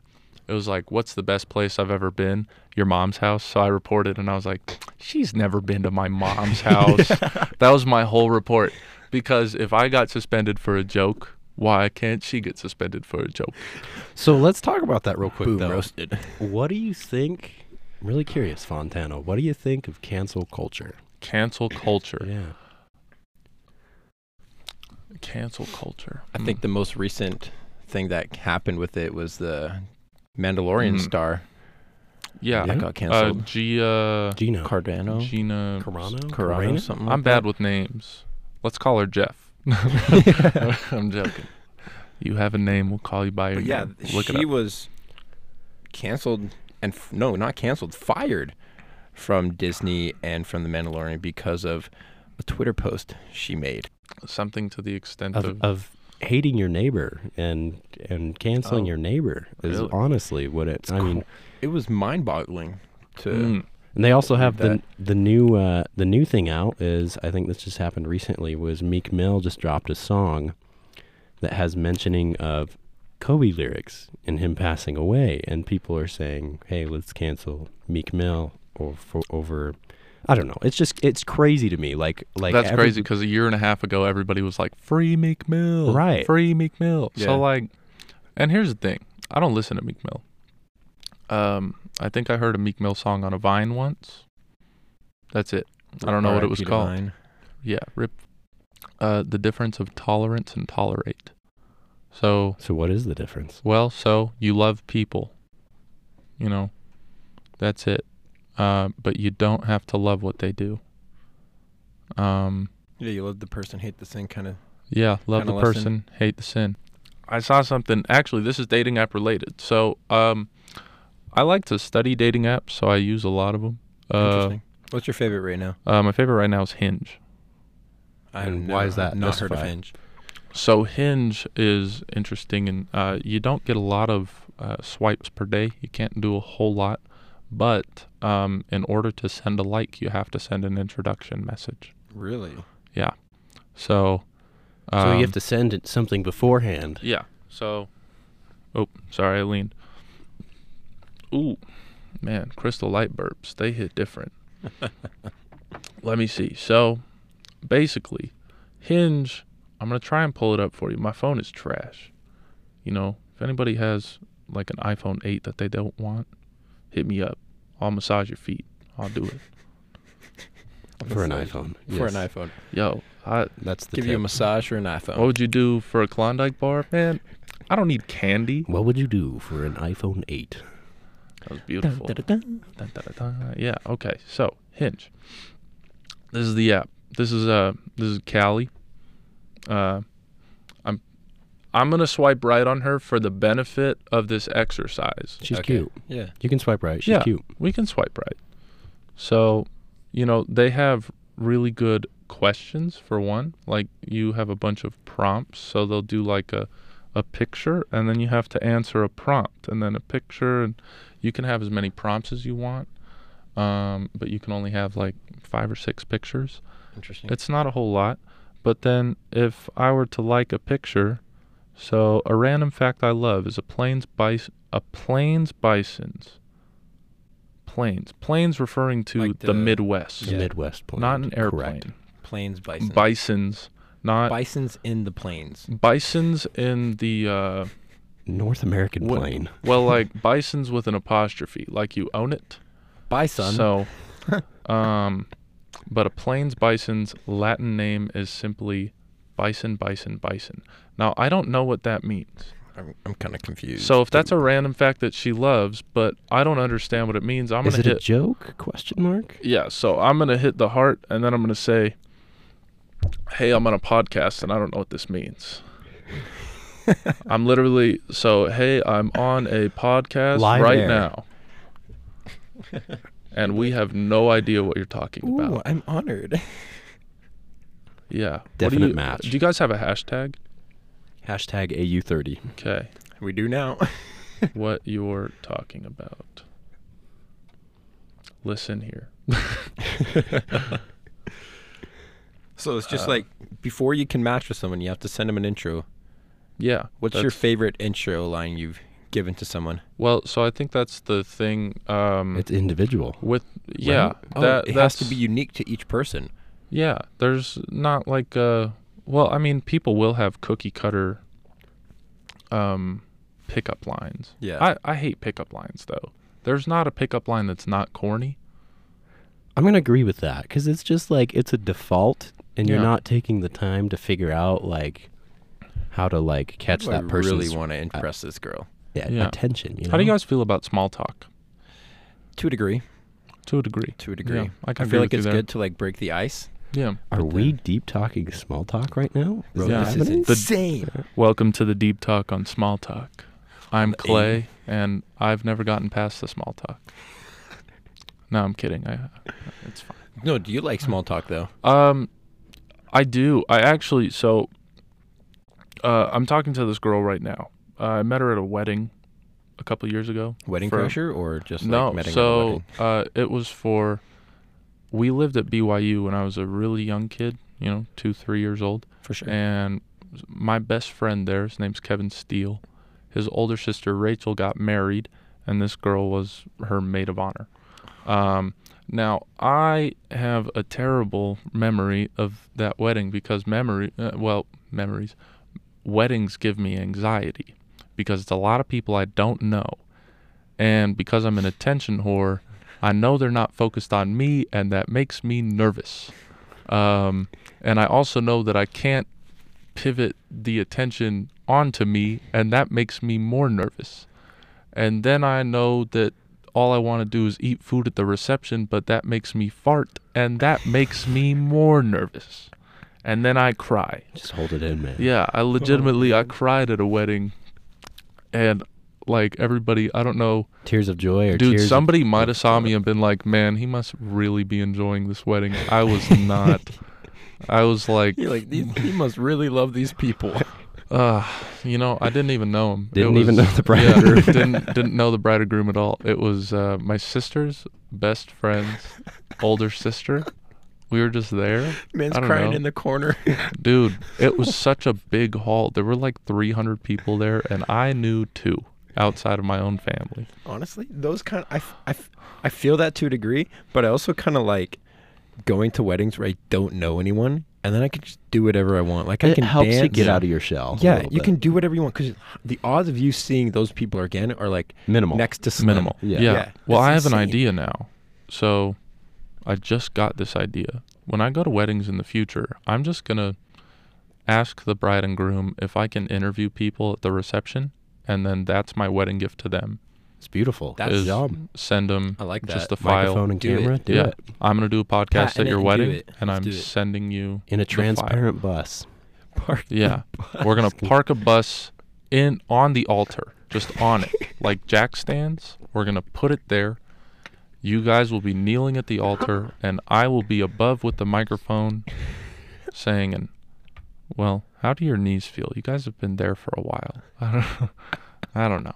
B: it was like, "What's the best place I've ever been?" Your mom's house. So I reported, and I was like, "She's never been to my mom's house." That was my whole report. Because if I got suspended for a joke, why can't she get suspended for a joke?
A: so let's talk about that real quick,
D: Boom,
A: though.
D: roasted.
A: What do you think? I'm really curious, Fontano. What do you think of cancel culture?
B: Cancel culture.
A: Yeah.
B: Cancel culture. Mm.
D: I think the most recent thing that happened with it was the Mandalorian
B: Mm.
D: star
B: yeah.
D: that got
B: Uh,
D: canceled.
B: Gia.
D: Oh,
A: Gino.
D: Cardano,
B: Gina.
A: Carano?
D: Carano, something.
B: I'm
D: like
B: bad
D: that.
B: with names. Let's call her Jeff. I'm joking. You have a name, we'll call you by your
D: But yeah,
B: name. Look it up.
D: she was canceled, and f- no, not canceled, fired from Disney and from the Mandalorian because of a Twitter post she made.
B: Something to the extent
A: Of,
B: of,
A: of hating your neighbor and and canceling
B: Oh,
A: your neighbor is
B: really?
A: honestly what it. I mean,
D: It was mind-boggling to
B: Mm.
A: and they also have the
D: that.
A: the new uh, the new thing out is I think this just happened recently was Meek Mill just dropped a song that has mentioning of Kobe lyrics and him passing away, and people are saying, "Hey, let's cancel Meek Mill or for, over." I don't know. It's just it's crazy to me. Like like
B: That's
A: every-
B: crazy because a year and a half ago, everybody was like, "Free McMill,
A: Right.
B: Free McMill."
D: Yeah.
B: So like, and here's the thing: I don't listen to Meek Mill. Um, I think I heard a Meek Mill song on a Vine once. That's it. I don't know what it was
D: RIP to
B: called.
D: Vine.
B: Yeah, rip. Uh, the difference of tolerance and tolerate. So
A: So what is the difference?
B: Well, so you love people. You know, that's it. Uh, but you don't have to love what they do. Um,
D: Yeah, you love the person, hate the sin kind of.
B: yeah, love
D: Kinda
B: the
D: lesson.
B: person, hate the sin. I saw something. Actually, this is dating app related. So, um, I like to study dating apps, so I use a lot of them. Uh,
D: Interesting. What's your favorite right now?
B: uh, my favorite right now is Hinge.
D: I
A: And
D: have
A: why is that
D: Not heard of
A: justified?
D: Hinge.
B: So Hinge is interesting, and uh, you don't get a lot of uh, swipes per day. You can't do a whole lot, but um, in order to send a like, you have to send an introduction message.
D: Really?
B: So, um,
A: so you have to send it something beforehand.
B: Yeah. So, oh, sorry, I leaned. Ooh, man, crystal light burps. They hit different. Let me see. So, basically, Hinge. I'm gonna try and pull it up for you. My phone is trash. You know, if anybody has like an iPhone 8 that they don't want, hit me up. I'll massage your feet. I'll do it.
A: For an iPhone.
D: For
A: Yes.
D: an iPhone.
B: Yo, I,
A: That's the
D: Give you a
A: tip.
D: massage or an
B: what
D: iPhone.
B: would you do for a Klondike bar, man? I don't need candy.
A: What would you do for an iPhone 8?
B: That was beautiful. Dun, dun, dun, dun. Yeah. Okay. So Hinge. This is the app. This is uh this is Callie. Uh, I'm I'm gonna swipe right on her for the benefit of this exercise.
A: She's
D: Okay.
A: cute.
D: Yeah.
A: You can swipe right. She's
B: Yeah.
A: cute.
B: We can swipe right. So, you know, they have really good questions for one. Like you have a bunch of prompts, so they'll do like a a picture and then you have to answer a prompt and then a picture and you can have as many prompts as you want. Um, but you can only have like five or six pictures.
D: Interesting.
B: It's not a whole lot. But then if I were to like a picture, so a random fact I love is a plains bison a plains bison's plains. Plains referring to
D: Like
B: the,
D: the-
B: Midwest.
A: The
D: Yeah.
A: Midwest plane.
B: Not an airplane.
A: Correct.
D: Plains bison.
B: Bisons. Not
D: Bison's in the plains.
B: bisons in the uh
A: North American
B: What-
A: plane.
B: well like bisons with an apostrophe, like you own it.
D: Bison.
B: So, um, but a plains bison's Latin name is simply bison, bison, bison. Now, I don't know what that means.
D: I'm, I'm kind of confused.
B: So, if that's a random fact that she loves, but I don't understand what it means, I'm
A: Is
B: gonna
A: it a
B: hit.
A: joke? Question mark.
B: yeah, so I'm gonna hit the heart, and then I'm gonna say, "Hey, I'm on a podcast, and I don't know what this means." I'm literally so. Hey, I'm on a podcast
A: Live
B: right
A: air.
B: now, and we have no idea what you're talking about.
D: Ooh, I'm honored.
B: Yeah. What do
A: Definite
B: you,
A: match.
B: Do you guys have a hashtag?
A: Hashtag AU30.
B: Okay.
D: we do now.
B: what you're talking about. Listen here.
D: so it's just
B: Uh,
D: like before you can match with someone, you have to send them an intro.
B: Yeah.
D: What's your
B: that's-
D: favorite intro line you've given to someone?
B: Well, so I think that's the thing. Um,
A: It's individual.
B: with yeah,
D: Oh,
B: that
D: it has to
B: that's-
D: be unique to each person.
B: Yeah, there's not like uh well, I mean people will have cookie cutter um pickup lines.
D: Yeah.
B: I, I hate pickup lines though. There's not a pickup line that's not corny.
A: I'm gonna agree with that because it's just like it's a default, and you're
B: Yeah.
A: not taking the time to figure out like how to like catch
D: Do I
A: that person's
D: really want to impress this girl.
A: yeah,
B: Yeah.
A: attention. You know?
B: How do you guys feel about small talk?
D: To a degree.
B: To a degree.
D: To a degree.
B: Yeah, I,
D: I
B: can agree
D: feel like
B: with you
D: it's
B: there.
D: good to like break the ice.
B: Yeah.
A: Are we deep talking small talk right now? Is
D: Bro,
A: that
B: Yeah.
D: this is
A: happening?
D: insane.
B: Welcome to the deep talk on small talk. I'm
D: eh.
B: Clay, and I've never gotten past the small talk. No, I'm kidding. I, it's fine.
D: No, do you like small talk though?
B: Um, I do. I actually. So, uh, I'm talking to this girl right now. Uh, I met her at a wedding a couple years ago.
D: Wedding
B: For-
D: crasher or just like
B: no,
D: meeting at a
B: so
D: wedding?
B: uh, it was for. We lived at BYU when I was a really young kid. You know, two, three years old.
D: for sure.
B: And my best friend there, his name's Kevin Steele. His older sister Rachel got married, and this girl was her maid of honor. Um, now I have a terrible memory of that wedding because memory, uh, well, memories, weddings give me anxiety because it's a lot of people I don't know, and because I'm an attention whore, I know they're not focused on me, and that makes me nervous. Um, and I also know that I can't pivot the attention onto me, and that makes me more nervous. And then I know that all I want to do is eat food at the reception, but that makes me fart, and that makes me more nervous. And then I cry.
A: Just hold it in, man.
B: Yeah,
D: Oh,
B: I legitimately I cried at a wedding, and like everybody, I don't know,
A: Tears of joy or
B: dude.
A: tears. of-
B: Somebody might have saw me and been like, "Man, he must really be enjoying this wedding." I was not. I was like,
D: You're like, these, you must really love these people.
B: Uh, you know, I didn't even know him. It
A: Didn't even know the bride
B: yeah,
A: or groom.
B: didn't didn't know the bride or groom at all. It was uh, my sister's best friend's older sister. We were just there,
C: Man's
B: I don't
C: crying
B: know.
C: in the corner.
B: dude. It was such a big hall. There were like 300 people there, and I knew two outside of my own family.
C: Honestly, those kind
D: I, f- I, f- I feel that to a degree, but I also kind of like going to weddings where I don't know anyone, and then I can just do whatever I want. Like I
A: It
D: can
A: helps
D: dance.
A: you get out of your shell. a
D: Yeah,
A: little
D: you
A: bit.
D: can do whatever you want because the odds of you seeing those people again are like
A: minimal.
D: next to slim.
B: Minimal.
A: Yeah.
B: yeah.
D: Yeah,
B: Well,
D: it's
B: I have an
D: insane.
B: idea now. So I just got this idea. When I go to weddings in the future, I'm just going to ask the bride and groom if I can interview people at the reception, and then that's my wedding gift to them.
A: It's beautiful.
D: That's
A: Good
B: is
A: job.
B: Send them
D: I like that.
B: just a file.
A: Microphone and
D: Do it.
A: camera. Do
B: yeah.
A: it
B: I'm going to do a podcast
D: Patent
B: at your
D: it and do
B: wedding,
D: it.
B: and
D: Let's
B: I'm
D: do it.
B: sending you.
A: in a
B: file.
A: transparent bus.
D: Park.
B: Yeah. We're going to park a bus in on the altar, just on it, like jack stands. We're going to put it there. You guys will be kneeling at the altar, and I will be above with the microphone saying, and well, how do your knees feel? You guys have been there for a while. I don't, I don't know.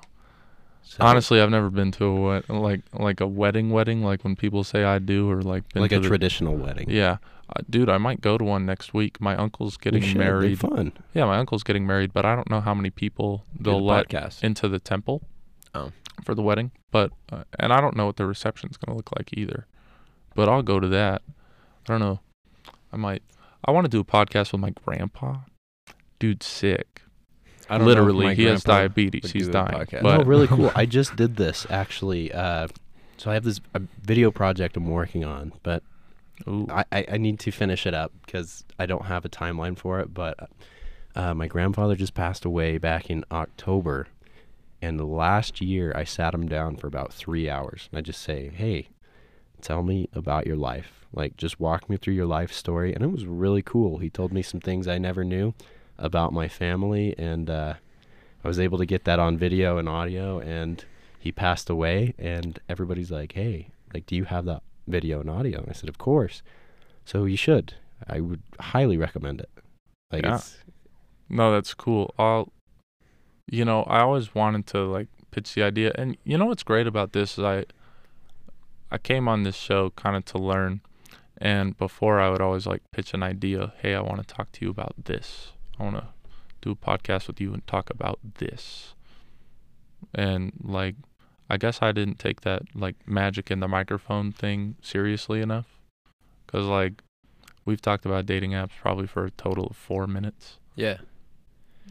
A: So-
B: Honestly, I've never been to a wed- like like a wedding wedding like when people say I do or like been
A: like
B: to
A: a
B: the-
A: traditional wedding.
B: Yeah, uh, dude, I might go to one next week. My uncle's getting
A: should. It'd be
B: married.
A: Fun.
B: Yeah, my uncle's getting married, but I don't know how many people
D: Do
B: they'll
D: the
B: let
D: podcast.
B: into the temple
D: Oh.
B: for the wedding. But uh, and I don't know what the reception's going to look like either. But I'll go to that. I don't know. I might. I want to do a podcast with my grandpa. Dude, sick.
D: I don't know if
B: Literally,
D: my
B: he has
D: grandpa
B: diabetes.
D: would
B: He's
D: do a
B: dying.
D: podcast.
B: But
A: oh, really cool. I just did this actually. Uh, so I have this uh, video project I'm working on, but
B: Ooh.
A: I, I, I need to finish it up because I don't have a timeline for it. But uh, my grandfather just passed away back in October. And last year, I sat him down for about three hours. And I just say, hey, tell me about your life. Like, just walk me through your life story. And it was really cool. He told me some things I never knew about my family. And uh, I was able to get that on video and audio. And he passed away. And everybody's like, hey, like, do you have that video and audio? And I said, of course. So you should. I would highly recommend it. Like,
B: Yeah.
A: it's,
B: No, that's cool. I'll, you know, I always wanted to like pitch the idea, and you know what's great about this is I, I came on this show kind of to learn, and before I would always like pitch an idea. Hey, I want to talk to you about this. I want to do a podcast with you and talk about this. And like, I guess I didn't take that like magic in the microphone thing seriously enough, because like, we've talked about dating apps probably for a total of four minutes.
D: Yeah.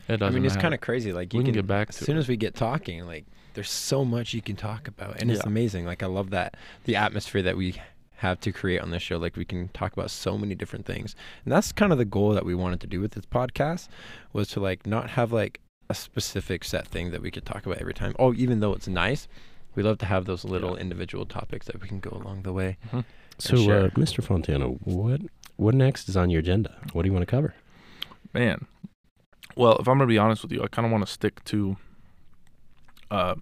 B: It
D: I
B: doesn't.
D: mean, it's
B: matter.
D: kind of crazy. Like you
B: we can,
D: can,
B: get back
D: as
B: to
D: soon
B: it.
D: as we get talking, like there's so much you can talk about, and it's
B: Yeah.
D: amazing. Like I love that the atmosphere that we have to create on this show. Like we can talk about so many different things, and that's kind of the goal that we wanted to do with this podcast was to like not have like a specific set thing that we could talk about every time. Oh, even though it's nice, we love to have those little individual topics that we can go along the way.
A: So,
D: Sure.
A: uh, Mr. Fontana, what what next is on your agenda? What do you want to cover?
B: man. Well, if I'm gonna be honest with you, I kind of want to stick to. Uh,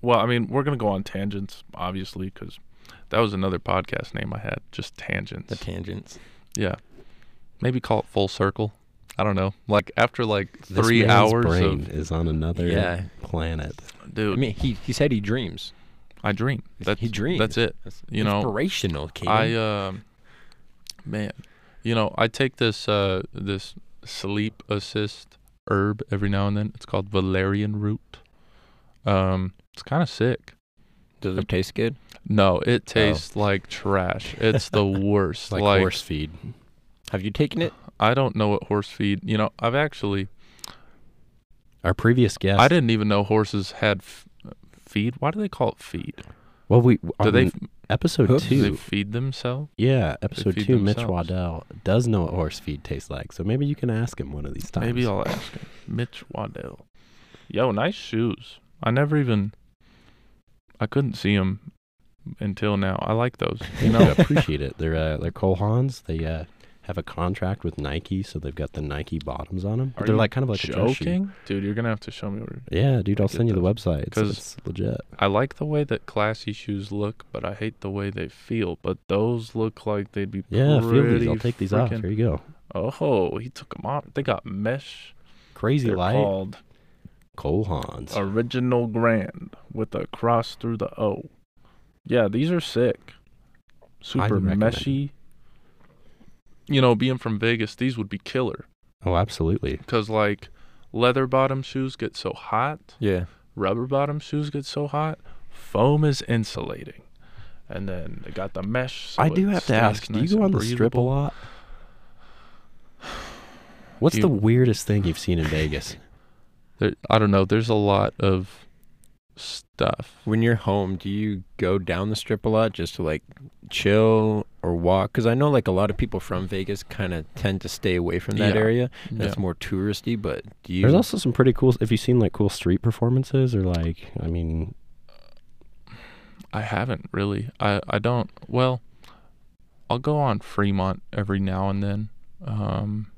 B: well, I mean, we're gonna go on tangents, obviously, because that was another podcast name I had, just tangents.
D: The tangents.
B: yeah, maybe call it full circle. I don't know. Like after like
A: This
B: three
A: man's
B: hours
A: brain is on another
D: Yeah.
A: planet.
B: of
D: I
B: dude,
D: mean, he he said he dreams.
B: I dream. That's
D: he dreams.
B: That's it.
D: That's
B: You know,
D: inspirational. Kaden.
B: I um, man, you know, I take this uh this sleep assist herb every now and then. It's called valerian root. Um, it's kind of sick.
D: Does it taste good?
B: No, it tastes like trash. It's the worst.
A: Oh. like,
B: like
A: horse feed.
D: Have you taken it?
B: I don't know what horse feed. You know, I've actually
A: Our previous guest.
B: I didn't even know horses had f- feed. Why do they call it feed?
A: Well, we on
B: Do they
A: they episode
D: Oops.
B: do they
A: two.
B: feed themselves?
A: Yeah, episode
B: feed
A: two. Mitch
B: themselves.
A: Waddell does know what horse feed tastes like, so maybe you can ask him one of these times.
B: Maybe I'll ask him. Mitch Waddell. Yo, nice shoes. I never even I couldn't see them until now. I like those. You
A: I
B: know,
A: appreciate it. They're uh, they're Cole Hans. They uh, have a contract with Nike, so they've got the Nike bottoms on them.
B: Are
A: they're
B: you
A: like kind of like a dress shoe.
B: joking, dude. You're gonna have to show me. Where...
A: Yeah, dude, I'll
B: get
A: send you the website. It's,
B: 'Cause-
A: it's legit.
B: I like the way that classy shoes look, but I hate the way they feel. But those look like they'd be
A: Yeah,
B: pretty
A: feel these. I'll take these off.
B: freaking-
A: Here you go.
B: Oh, he took them off. They got mesh.
A: Crazy
B: They're
A: light.
B: called
A: Cole Hans.
B: Original Grand with a cross through the O. Yeah, these are sick. Super
A: recommend them.
B: meshy. You know, being from Vegas, these would be killer
A: Oh, absolutely.
B: because like leather bottom shoes get so hot,
D: Yeah.
B: rubber bottom shoes get so hot, foam is insulating. And then they got the mesh. so
A: I do
B: it
A: have to
B: stays
A: ask. Do
B: nice
A: you go
B: and
A: on the strip a
B: breathable.
A: lot? What's
B: You-
A: the weirdest thing you've seen in Vegas?
B: There, I don't know. There's a lot of stuff.
D: When you're home, do you go down the strip a lot just to like chill or walk? Because I know like a lot of people from Vegas kind of tend to stay away from that
B: Yeah.
D: area.
B: Yeah.
D: That's more touristy, but do you?
A: There's also some pretty cool. Have you seen like cool street performances or like? I mean,
B: I haven't really. I, I don't. Well, I'll go on Fremont every now and then. Um,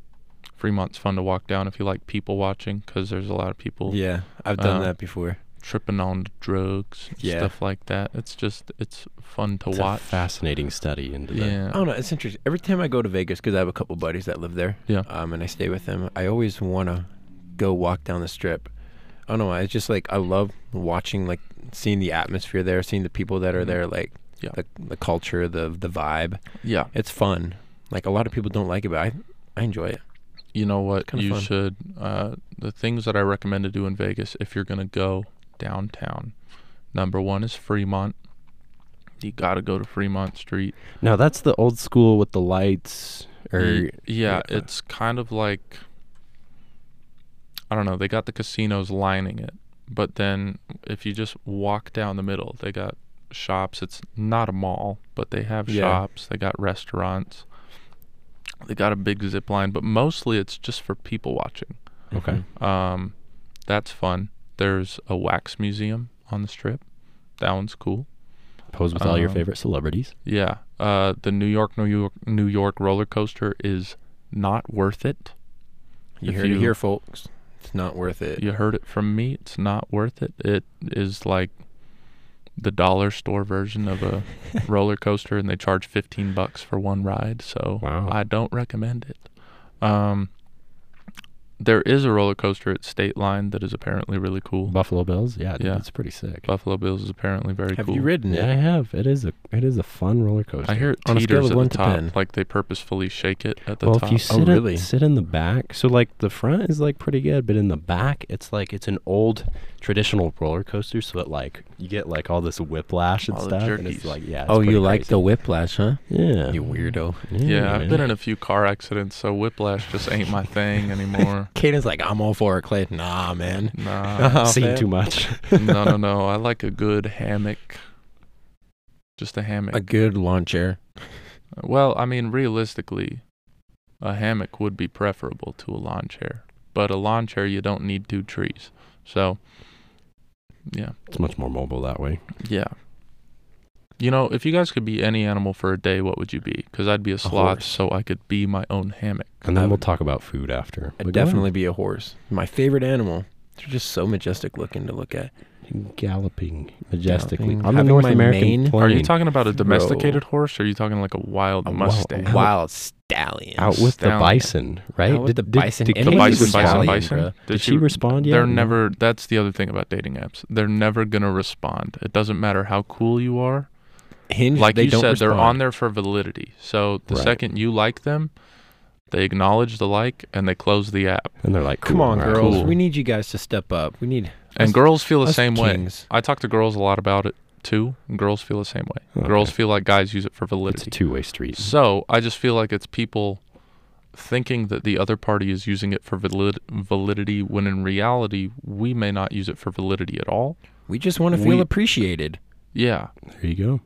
B: Fremont's fun to walk down if you like people watching because there's a lot of people
D: yeah, I've done
B: Uh,
D: that before.
B: tripping on drugs and
D: Yeah.
B: stuff like that. It's just it's fun to
A: it's a
B: watch.
A: fascinating study into the
D: I
B: yeah.
D: don't know. It's interesting. Every time I go to Vegas, because I have a couple buddies that live there,
B: Yeah.
D: um, and I stay with them, I always want to go walk down the strip. I don't know. why, It's just like I love watching, like seeing the atmosphere there, seeing the people that are there, like
B: Yeah.
D: the, the culture, the the vibe.
B: Yeah.
D: It's fun. Like a lot of people don't like it, but I I enjoy it.
B: You know what?
D: Kinda
B: you
D: fun.
B: should. Uh, the things that I recommend to do in Vegas if you're gonna go downtown. Number one is Fremont. You gotta go to Fremont Street.
A: Now that's the old school with the lights, or
D: Er,
B: Ye- yeah,
A: yeah.
B: it's kind of like I don't know. They got the casinos lining it, but then if you just walk down the middle, they got shops. It's not a mall, but they have
D: Yeah.
B: shops. They got restaurants. They got a big zip line, but mostly it's just for people watching.
A: Okay.
D: Mhm.
B: Um, that's fun. There's a wax museum on the strip. That one's cool.
A: pose with all your
B: um,
A: favorite celebrities.
B: Yeah. Uh, the New York, New York, New York roller coaster is not worth it.
D: You
B: If
D: heard it
B: you-
D: here, folks. It's not worth it.
B: you heard it from me. It's not worth it. It is like the dollar store version of a roller coaster, and they charge 15 bucks for one ride. So
A: Wow.
B: I don't recommend it. Um, there is a roller coaster at State Line that is apparently really cool.
A: Buffalo Bills. Yeah, dude,
B: Yeah.
A: it's pretty sick.
B: Buffalo Bills is apparently very
D: Have
B: cool.
D: you ridden
A: yeah,
D: it?
A: I have. It is a it is a fun roller coaster.
B: I hear it
D: On a scale
B: teeters
D: of
B: at
D: one
B: the
D: to
B: top,
D: 10.
B: like they purposefully shake it at the
A: well,
B: top.
A: if you
D: Oh,
A: sit,
D: really?
A: at, sit in the back, so like the front is like pretty good, but in the back, it's like it's an old traditional roller coaster, so it like you get like all this whiplash and
B: All the
A: stuff, and it's
B: jerkies.
A: like yeah. it's
D: Oh,
A: pretty
D: you like the
A: crazy.
D: whiplash, huh?
A: yeah,
D: You weirdo.
B: yeah, I've been
A: man.
B: in a few car accidents, so whiplash just ain't my thing anymore.
D: Caden's like, I'm all for it, Clay. Nah, man.
B: Nah.
A: seen
D: Oh, man.
A: too much.
B: no, no, no. I like a good hammock. Just a hammock.
D: A good lawn chair.
B: well, I mean, realistically, a hammock would be preferable to a lawn chair. But a lawn chair, you don't need two trees. So, yeah.
A: It's much more mobile that way.
B: Yeah. You know, if you guys could be any animal for a day, what would you be? Because I'd be a sloth,
D: horse.
B: so I could be my own hammock.
A: And then
D: I
A: we'll
D: would-
A: talk about food after. But
D: I'd
A: go on.
D: definitely be a horse. My favorite animal. They're just so majestic looking to look at.
A: galloping majestically
D: Galloping.
A: on the
D: Having
A: North
D: my
A: American
D: mane-
A: plain.
B: Are you talking about a domesticated horse, or are you talking like a wild
A: A wild-
B: mustang?
A: Out-
D: Wild stallion.
A: out with the
B: Astounding.
A: bison, right?
D: Out with the bison and
B: the
A: Katie
D: Katie
B: bison,
D: was
B: bison,
A: respond?
D: Italian,
B: bison.
D: bro.
B: Did
A: Did she
B: you-
A: respond yet?
B: They're never. That's the other thing about dating apps. They're never gonna respond. It doesn't matter how cool you are.
D: Hinge,
B: Like
D: they
B: you
D: don't
B: said, they're on
D: respond.
B: there for validity. So the
A: Right.
B: second you like them, they acknowledge the like and they close the app.
A: and they're like,
D: Come
A: cool,
D: on,
A: all right,
B: girls.
A: cool.
D: We need you guys to step up. We need
B: And
D: Us-
B: girls feel the
D: us
B: same way.
D: kings.
B: I talk to girls a lot about it too, and girls feel the same way.
A: Okay.
B: Girls feel like guys use it for
A: It's
B: validity.
A: a two way street.
B: So I just feel like it's people thinking that the other party is using it for valid- validity when in reality we may not use it for validity at all.
D: We just want to feel
B: We-
D: appreciated.
B: Yeah.
A: There you go.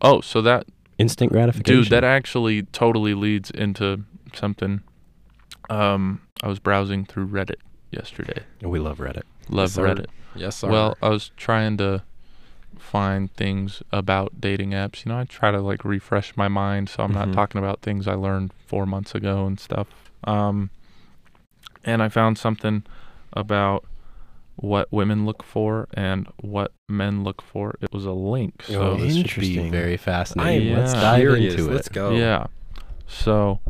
B: Oh, so that
A: Instant gratification.
B: dude, that actually totally leads into something. Um, I was browsing through Reddit yesterday.
A: we love Reddit.
B: Love
D: sir.
B: Reddit.
D: Yes, sir.
B: Well, I was trying to find things about dating apps. You know, I try to like refresh my mind so I'm
D: Mhm.
B: not talking about things I learned four months ago and stuff. Um, and I found something about what women look for and what men look for. It was a link. So
A: oh, this should be
D: interesting.
A: very
D: I
A: fascinating.
D: am
B: Yeah.
A: Let's dive
D: curious.
A: into it.
D: Let's go.
B: Yeah. So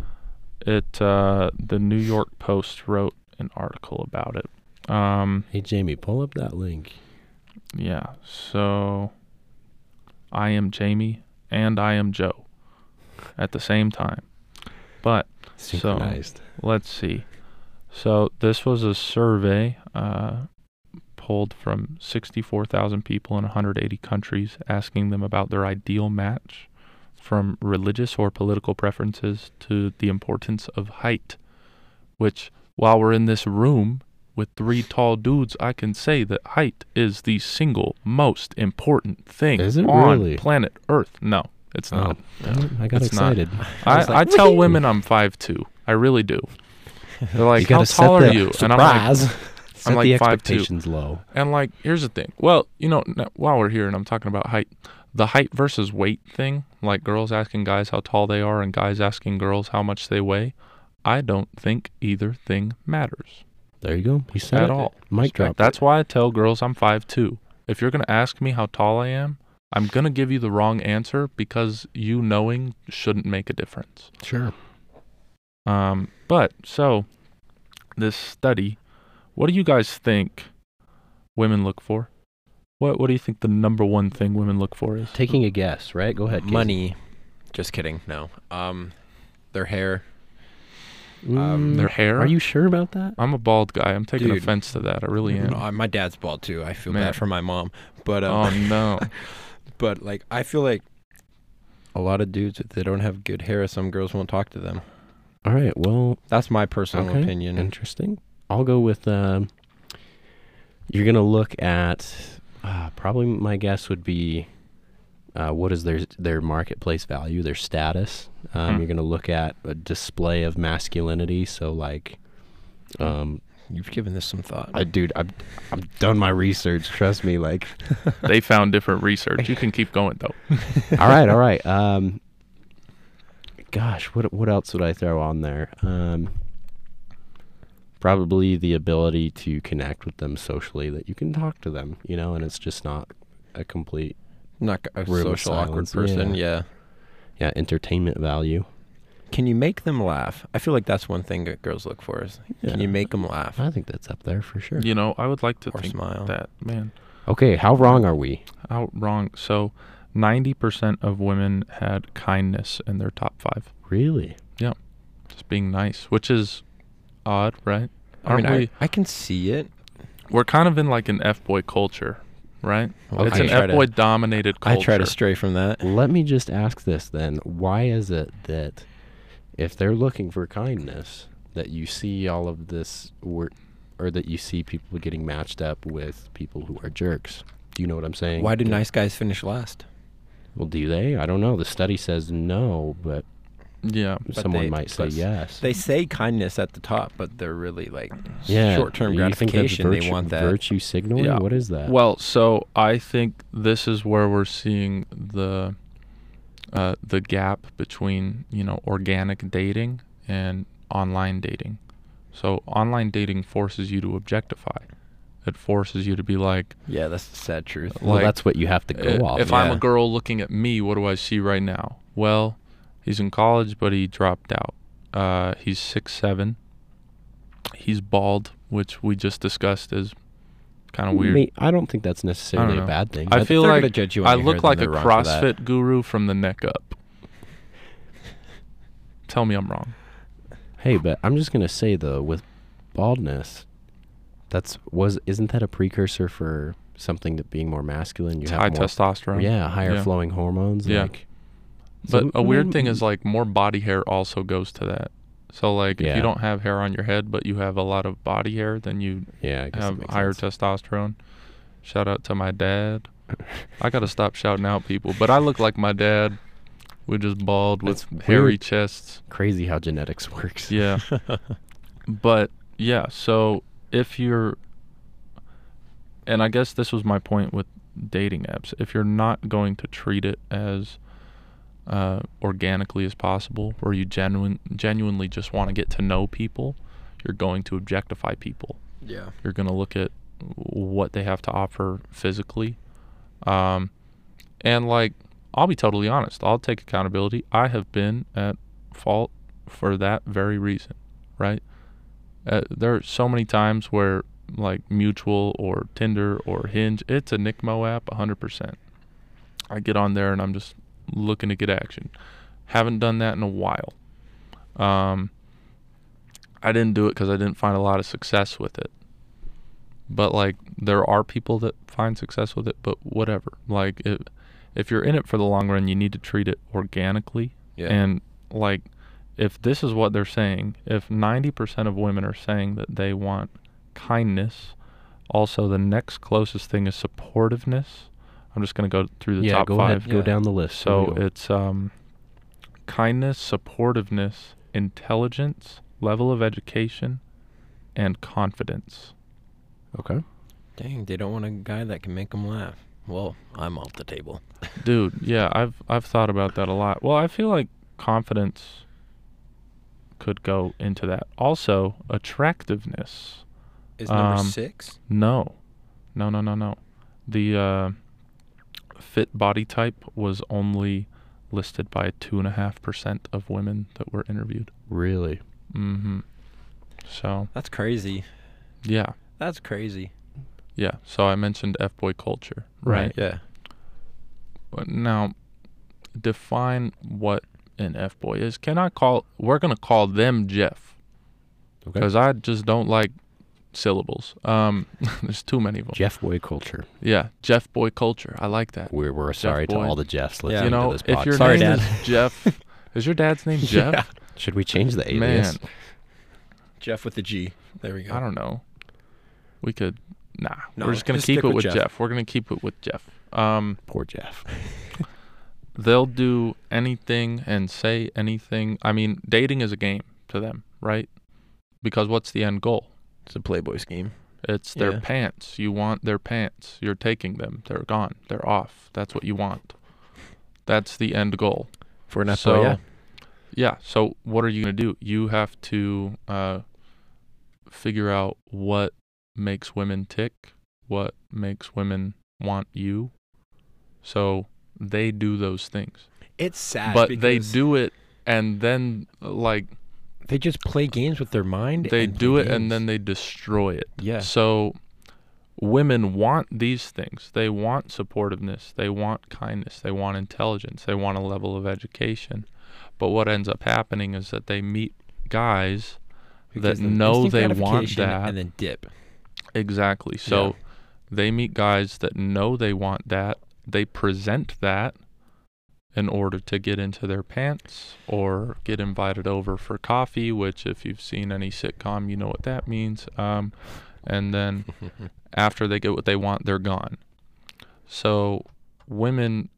B: it uh the New York Post wrote an article about it. Um
A: Hey Jamie, pull up that link.
B: yeah. So I am Jamie and I am Joe at the same time. But So-
A: Synchronized.
B: let's see. So this was a survey uh pulled from 64,000 people in 180 countries asking them about their ideal match from religious or political preferences to the importance of height, which while we're in this room with three tall dudes, I can say that height is the single most important thing
A: Is it
B: on
A: really?
B: planet Earth. No, it's
A: oh,
B: not.
A: damn it, I got
B: uh, It's not.
A: excited.
B: I, I,
D: was like,
B: tell women I'm 5'2". I really do. They're like,
A: gotta
B: how
A: set
B: tall are
A: the-
B: you? And I'm like,
A: Set
B: like
A: the
B: 5'2".
A: expectations low.
B: and like, here's the thing. Well, you know, n while we're here and I'm talking about height, the height versus weight thing, like girls asking guys how tall they are and guys asking girls how much they weigh, I don't think either thing matters
A: There you go. He said it.
B: at all.
A: Mic drop.
B: That's why I tell girls I'm 5'2". If you're going to ask me how tall I am, I'm going to give you the wrong answer because you knowing shouldn't make a difference.
A: Sure.
B: Um, but so this study, what do you guys think women look for? What What do you think the number one thing women look for is?
A: Taking a guess, right? Go ahead. Casey.
D: Money. Just kidding. No. Um, their hair.
A: Mm,
B: Their hair.
A: Are you sure about that?
B: I'm a bald guy. I'm taking
D: Dude.
B: offense to that. I really am.
D: No, Uh, my dad's bald too. I feel
B: Man.
D: bad for my mom, but um,
B: Oh no.
D: but like I feel like a lot of dudes if they don't have good hair, some girls won't talk to them.
A: All right. Well,
D: That's my personal
A: Okay.
D: opinion.
A: interesting. I'll go with. Um, you're gonna look at. Uh, probably my guess would be. Uh, what is their their marketplace value? Their status. Um,
B: Hmm.
A: You're gonna look at a display of masculinity. So like. Um,
D: You've given this some thought.
A: I, dude, I've I've done my research. Trust me, like
B: they found different research. You can keep going though.
A: all right, all right. Um, gosh, what what else would I throw on there? Um, probably the ability to connect with them socially, that you can talk to them, you know, and it's just not a complete
D: Not a
A: Room of
D: social awkward
A: silence,
D: person.
A: yeah.
D: Yeah.
A: yeah entertainment value.
D: Can you make them laugh? I feel like that's one thing that girls look for is
A: Yeah.
D: can you make them laugh
A: I think that's up there for sure.
B: You know, I would like to
D: or
B: think
D: smile?
B: that man.
A: Okay, how wrong are we?
B: How wrong. So, ninety percent of women had kindness in their top five.
A: Really?
B: Just being nice, which is odd, right?
D: I mean,
B: Aren't we?
D: I, I can see it.
B: we're kind of in like an F boy culture, right?
D: Well,
B: It's
D: I
B: an
D: try
B: F
D: to-
B: boy dominated
D: I
B: culture.
D: try to stray from that.
A: Let me just ask this then: Why is it that if they're looking for kindness, that you see all of this work, or that you see people getting matched up with people who are jerks? Do you know what I'm saying?
D: Why do nice guys finish last?
A: Well, do they? I don't know. The study says no, but,
B: yeah.
A: someone
D: they-
A: might say
D: but
A: yes.
D: They say kindness at the top, but they're really like
A: yeah,
D: short-term
A: you think that's
D: gratification. They
A: virtue-
D: want that.
A: virtue signaling.
B: Yeah.
A: What is that?
B: Well, so I think this is where we're seeing the uh, the gap between you know organic dating and online dating. So online dating forces you to objectify. It forces you to be like,
D: Yeah, that's the sad truth.
A: Well,
B: like,
A: that's what you have to go
B: Uh,
A: off.
B: If I'm a
D: Yeah.
B: girl looking at me, what do I see right now? Well, he's in college, but he dropped out. Uh, he's six seven. He's bald, which we just discussed is kind of weird.
A: Me- I don't think that's necessarily a
B: know.
A: bad thing.
B: I
A: That's-
B: feel
D: they're gonna
B: like
D: judge you on
B: I
D: your hair,
B: look
D: then
B: like a
D: they're wrong for that.
B: CrossFit guru from the neck up. Tell me I'm wrong.
A: Hey, but I'm just gonna say though, with baldness, that's was isn't that a precursor for something that being more masculine, you
B: It's
A: have
B: high
A: more,
B: testosterone.
A: yeah, higher
B: Yeah.
A: flowing hormones.
B: Yeah.
A: like-
B: But
A: So mm,
B: a weird
A: men-
B: thing is like more body hair also goes to that. So like if
A: Yeah.
B: you don't have hair on your head but you have a lot of body hair, then you
A: yeah, I guess that
B: have
A: makes
B: higher
A: sense.
B: testosterone. Shout out to my dad. I gotta stop shouting out people, but I look like my dad. We're just bald with
A: That's
B: hairy
A: weird.
B: chests.
A: Crazy how genetics works.
B: Yeah. but yeah, so if you're and I guess this was my point with dating apps. If you're not going to treat it as uh, organically as possible, where you genuine, genuinely just want to get to know people, you're going to objectify people
D: Yeah.
B: you're going to look at what they have to offer physically. Um, and like, I'll be totally honest, I'll take accountability. I have been at fault for that very reason, right? Uh, there are so many times where like Mutual or Tinder or Hinge, it's a Nickmo app 100%. I get on there and I'm just looking to get action. Haven't done that in a while. Um, I didn't do it because I didn't find a lot of success with it but like there are people that find success with it but whatever like if if you're in it for the long run you need to treat it organically
D: Yeah.
B: and like if this is what they're saying if 90% of women are saying that they want kindness also the next closest thing is supportiveness i'm just going to go through the
A: yeah.
B: top
A: go
B: 5
A: ahead, go
D: yeah.
A: down the list. Here we
B: so
A: go.
B: it's um, kindness, supportiveness, intelligence, level of education, and confidence.
A: okay.
D: Dang, they don't want a guy that can make them laugh. Well, I'm off the table.
B: Dude, yeah, I've I've thought about that a lot. Well, I feel like confidence could go into that. Also, attractiveness.
D: Is
B: number
D: number
B: Um,
D: six?
B: No. No, no, no, no. The uh, fit body type was only listed by 2.5% of women that were interviewed.
A: Really.
B: hmm So,
D: That's crazy.
B: yeah.
D: That's crazy.
B: Yeah. So I mentioned F boy culture, right?
D: Yeah.
B: But Now, define what an F boy is. Can I call? We're gonna call them Jeff
A: Okay.
B: because I just don't like syllables. Um, there's too many of them.
A: Jeff Boy culture.
B: Yeah, Jeff boy culture. I like that.
A: We're we're sorry to
B: Boy.
A: all the Jeffs
D: Yeah.
A: listening
B: you
A: to
B: know,
A: this podcast.
B: if your
D: Sorry,
B: name
D: Dad.
B: is Jeff, is your dad's name Jeff?
A: Should we change the
B: Man,
A: alias?
D: Jeff with the G. There we go.
B: I don't know. We could. Nah,
D: No,
B: we're just gonna
D: just
B: keep
D: stick
B: it
D: with
B: with
D: Jeff.
B: Jeff. We're gonna keep it with Jeff. Um.
A: Poor Jeff.
B: they'll do anything and say anything. I mean, dating is a game to them, right? Because what's the end goal?
D: It's a Playboy scheme.
B: It's their
D: Yeah.
B: pants. You want their pants. You're taking them. They're gone. They're off. That's what you want. That's the end goal.
D: For an F
B: so,
D: boy, yeah.
B: yeah. So what are you gonna do? You have to uh, figure out what makes women tick, what makes women want you. So they do those things
D: It's sad.
B: but they do it and then like
D: They just play games with their mind.
B: they
D: and
B: do
D: play
B: it and
D: games.
B: then they destroy it
D: Yeah.
B: so women want these things they want supportiveness they want kindness they want intelligence they want a level of education but what ends up happening is that they meet guys
D: Because
B: that
D: of
B: know
D: instant
B: they want
D: gratification
B: that
D: And then dip.
B: Exactly. So they meet guys that know they want that. They present that in order to get into their pants or get invited over for coffee, which, if you've seen any sitcom, you know what that means. Um, and then after they get what they want, they're gone. So women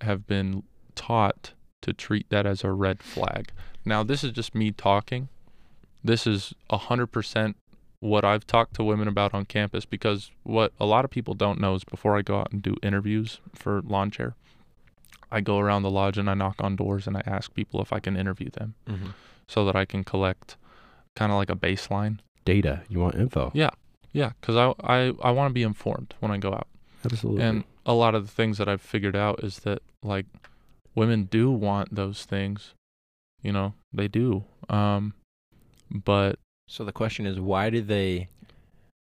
B: have been taught to treat that as a red flag. Now, this is just me talking. This is 100% what I've talked to women about on campus because what a lot of people don't know is before I go out and do interviews for lawn chair, I go around the lodge and I knock on doors and I ask people if I can interview them
D: mm-hmm.
B: so that I can collect kind of like a baseline.
A: Data. You want info?
B: Yeah. Yeah, because I, I, I want to be informed when I go out.
A: Absolutely.
B: And a lot of the things that I've figured out is that like women do want those things, you know, they do. Um, but
D: So the question is, why do they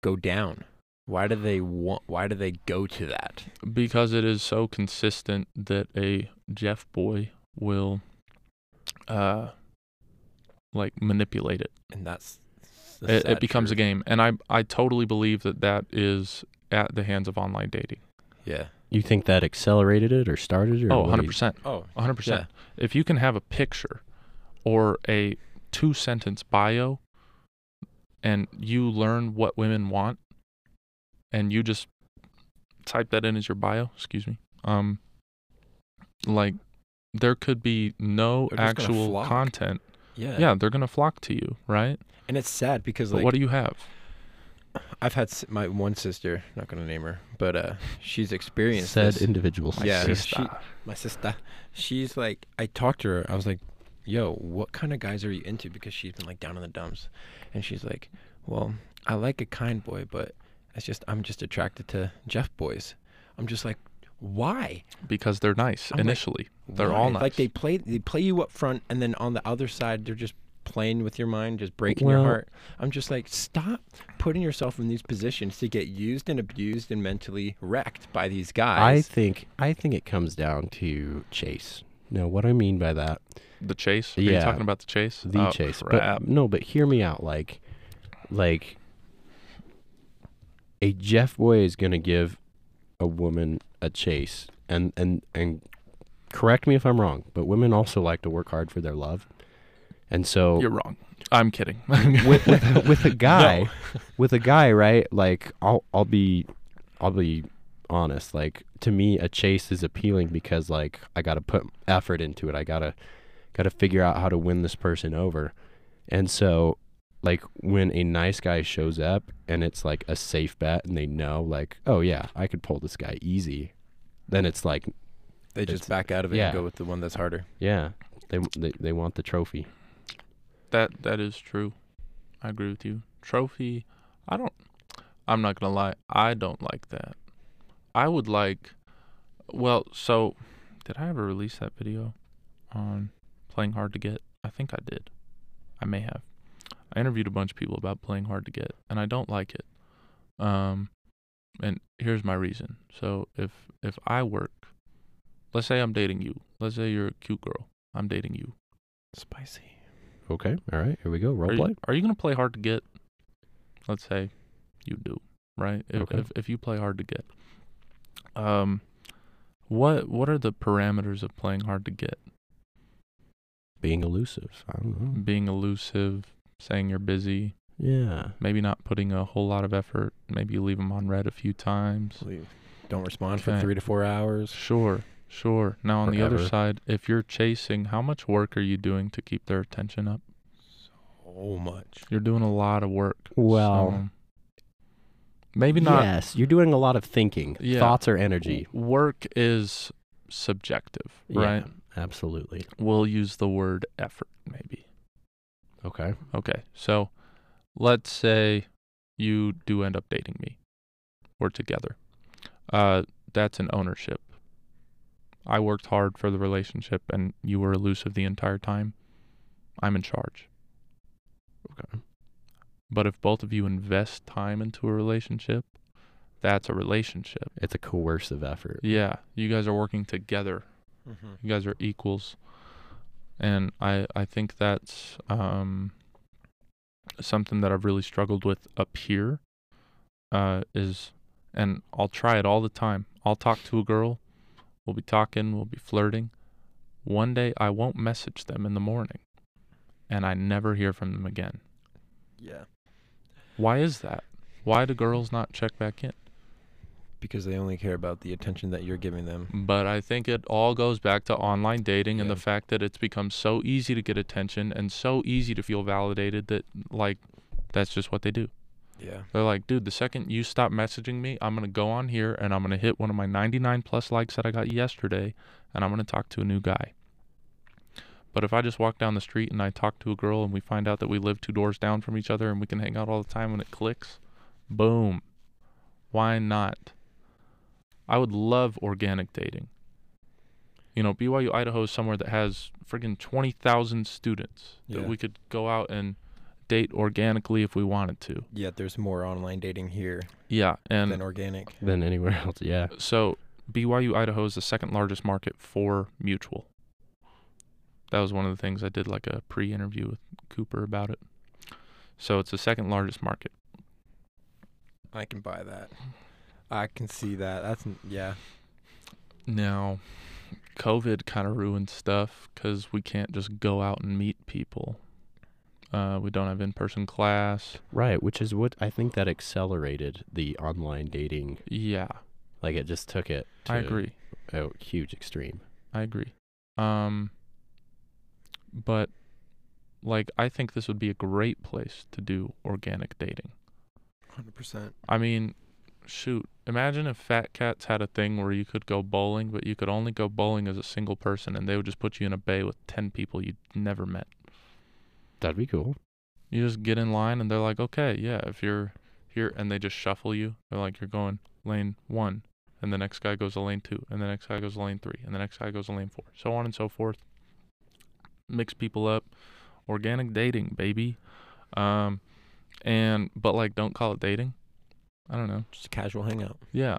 D: go down? Why do they want? Why do they go to that?
B: because it is so consistent that a Jeff boy will, uh, like manipulate it.
D: And that's.
B: It, it becomes a game, and I I totally believe that that is at the hands of online dating.
D: Yeah.
A: You think that accelerated it or started it? Or
B: Oh,
A: what do you-
B: 100%.
D: Oh,
B: 100%. If you can have a picture or a two sentence bio and you learn what women want and you just type that in as your bio, excuse me. Um like there could be no
D: They're just gonna
B: actual
D: flock.
B: content.
D: yeah,
B: Yeah, they're going to flock to you, right?
D: And it's sad because
B: But
D: like
B: what do you have?
D: I've had s- my one sister, not gonna name her, but uh, she's experienced
A: said
D: this.
A: individuals.
D: My Yeah. sister. my sister, she's like, I talked to her. I was like, yo, what kind of guys are you into? Because she's been like down in the dumps. And she's like, well, I like a kind boy, but it's just, I'm just attracted to Jeff boys. I'm just like, why?
B: Because they're nice
D: I'm like,
B: initially. they're all
D: Why?
B: nice.
D: Like they play, they play you up front, and then on the other side, they're just playing with your mind, just breaking
A: Well-
D: your heart. I'm just like, stop putting yourself in these positions to get used and abused and mentally wrecked by these
A: I
D: guys.
A: think I think it comes down to chase. Now, what I mean by that,
B: the chase? Are you
A: Yeah.
B: talking about the chase?
A: the
B: Oh,
A: chase,
B: crap.
A: but no, but hear me out. Like, like a Jeff boy is gonna give a woman a chase, and and and correct me if I'm wrong, but women also like to work hard for their love, and so
B: You're wrong. I'm kidding.
A: with with, with a guy, with a guy, right? Like I'll I'll be I'll be honest. Like to me, a chase is appealing because like I got to put effort into it. I gotta gotta figure out how to win this person over, and so like when a nice guy shows up and it's like a safe bet and they know like oh yeah I could pull this guy easy, then it's like
D: they just
A: it's-
D: back out of it
A: yeah.
D: and go with the one that's harder.
A: yeah they they, they want the trophy.
B: That that is true. I agree with you. Trophy, I don't. I'm not gonna lie. I don't like that. I would like. Well, so did I ever release that video on playing hard to get? I think I did. I may have. I interviewed a bunch of people about playing hard to get, and I don't like it. Um, and here's my reason. So if if I work, let's say I'm dating you. Let's say you're a cute girl. I'm dating you.
D: Spicy.
A: Okay, all right, here we go. Role
B: Are
A: play.
B: you, are you going to play hard to get? Let's say you do, right? If,
A: Okay.
B: if if you play hard to get, um, what what are the parameters of playing hard to get?
A: Being elusive. I don't know.
B: Being elusive, saying you're busy,
A: Yeah.
B: maybe not putting a whole lot of effort. Maybe you leave them on red a few times.
D: Don't respond for
B: Okay.
D: three to four hours.
B: Sure, sure. Now on the other
A: Forever.
B: side, if you're chasing, how much work are you doing to keep their attention up?
D: So much.
B: You're doing a lot of work.
A: Well,
B: so maybe not
A: Yes, you're doing a lot of thinking.
B: Yeah.
A: Thoughts or energy.
B: W- Work is subjective,
A: Yeah,
B: right?
A: absolutely.
B: We'll use the word effort, maybe.
A: Okay.
B: Okay, so let's say you do end up dating me. We're together. Uh, that's an ownership. I worked hard for the relationship and you were elusive the entire time. I'm in charge.
A: Okay.
B: But if both of you invest time into a relationship, that's a relationship.
A: It's a coercive effort.
B: Yeah, you guys are working together you guys are equals and i i think that's um something that i've really struggled with up here uh is and i'll try it all the time i'll talk to a girl we'll be talking we'll be flirting one day i won't message them in the morning and i never hear from them again
D: Yeah.
B: why is that why do girls not check back in
D: Because they only care about the attention that you're giving them.
B: But I think it all goes back to online dating and the
D: Yeah.
B: fact that it's become so easy to get attention and so easy to feel validated that like that's just what they do.
D: Yeah.
B: They're like, dude, the second you stop messaging me, I'm gonna go on here and I'm gonna hit one of my 99 plus likes that I got yesterday, and I'm gonna talk to a new guy. But if I just walk down the street and I talk to a girl and we find out that we live two doors down from each other and we can hang out all the time when it clicks, boom. Why not? I would love organic dating. You know, BYU Idaho is somewhere that has friggin' 20,000 students
D: Yeah.
B: that we could go out and date organically if we wanted to.
D: Yeah, there's more online dating here
B: Yeah, and
D: than organic.
A: Than anywhere else. Yeah.
B: so BYU Idaho is the second largest market for mutual. That was one of the things I did like a pre-interview with Cooper about it. So it's the second largest market.
D: I can buy that.
C: I can see that. That's n- yeah.
B: Now, COVID kind of ruined stuff because we can't just go out and meet people. Uh, we don't have in person class.
A: Right, which is what I think that accelerated the online dating.
B: Yeah,
A: Like it just took it to
B: I agree.
A: a huge extreme.
B: I agree. Um, but like, I think this would be a great place to do organic dating.
C: Hundred percent.
B: I mean, shoot, imagine if Fat Cats had a thing where you could go bowling, but you could only go bowling as a single person, and they would just put you in a bay with 10 people you'd never met.
A: That'd be cool.
B: You just get in line and they're like, okay, yeah, if you're here, and they just shuffle you. They're like, you're going lane one, and the next guy goes to lane two, and the next guy goes to lane three, and the next guy goes to lane four, so on and so forth. Mix people up, organic dating, baby. Um, and but like, don't call it dating. I don't know.
D: Just a casual hangout.
B: Yeah,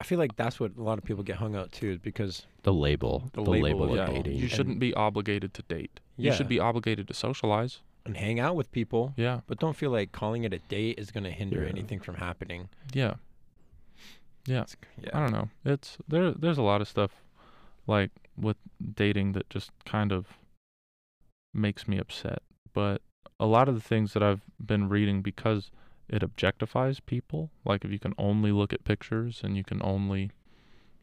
D: I feel like that's what a lot of people get hung out too, is because
A: The label, the, label,
D: of
A: of
D: it all.
A: dating.
B: You shouldn't be obligated to date. You
D: Yeah.
B: should be obligated to socialize.
D: and hang out with people,
B: Yeah.
D: but don't feel like calling it a date is going to hinder
A: Yeah.
D: anything from happening.
B: Yeah. Yeah.
D: It's- yeah.
B: I don't know. It's there there's a lot of stuff like with dating that just kind of makes me upset. But a lot of the things that I've been reading because it objectifies people, like if you can only look at pictures and you can only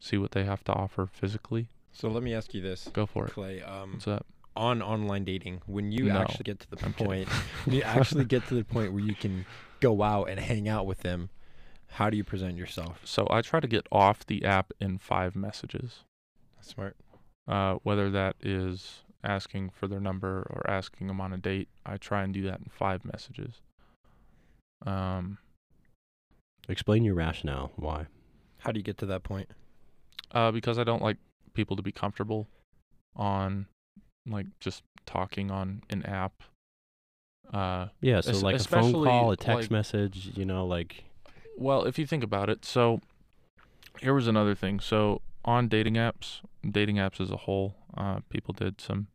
B: see what they have to offer physically,
D: So let me ask you this,
B: go for it.
D: Clay. Um,
B: What's up?
D: on online dating, when you
B: No.
D: actually get to the
B: I'm kidding.
D: point, when you actually get to the point where you can go out and hang out with them, how do you present yourself?
B: So I try to get off the app in 5 messages.
D: Smart.
B: uh, whether that is asking for their number or asking them on a date. I try and do that in five messages. Um,
A: Explain your rationale. Why?
D: How do you get to that point?
B: uh, because I don't like people to be comfortable on like just talking on an app. Uh,
A: Yeah, so
B: Es-
A: like a phone
B: especially,
A: call, a text
B: like-
A: message, you know, like
B: well, if you think about it, so here was another thing. So on dating apps, dating apps as a whole, uh, people did some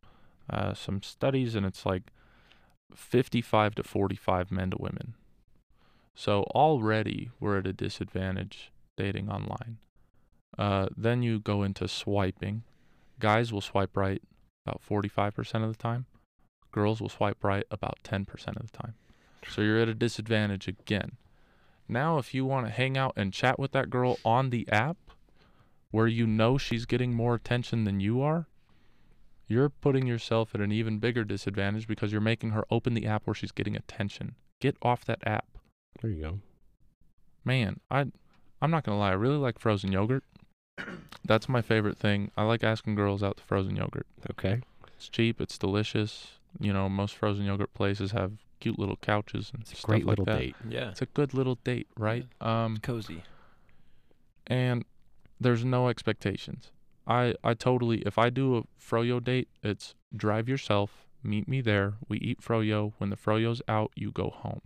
B: uh, some studies, and it's like 55 to 45 men to women. So already we're at a disadvantage dating online. Uh, then you go into swiping. Guys will swipe right about 45% of the time. Girls will swipe right about 10% of the time. So you're at a disadvantage again. Now, if you want to hang out and chat with that girl on the app where you know she's getting more attention than you are, you're putting yourself at an even bigger disadvantage because you're making her open the app where she's getting attention. Get off that app.
A: there you go.
B: Man, I I'm not going to lie, I really like frozen yogurt. That's my favorite thing. I like asking girls out to frozen yogurt.
A: Okay.
B: It's cheap, it's delicious. You know, most frozen yogurt places have cute little couches and
A: It's a
B: stuff
A: great
B: like
A: little
B: that.
A: date.
D: Yeah,
B: It's a good little date, right? Um
D: cozy.
B: and there's no expectations. I I totally if I do a froyo date, it's drive yourself, meet me there, we eat froyo, when the froyo's out, you go home.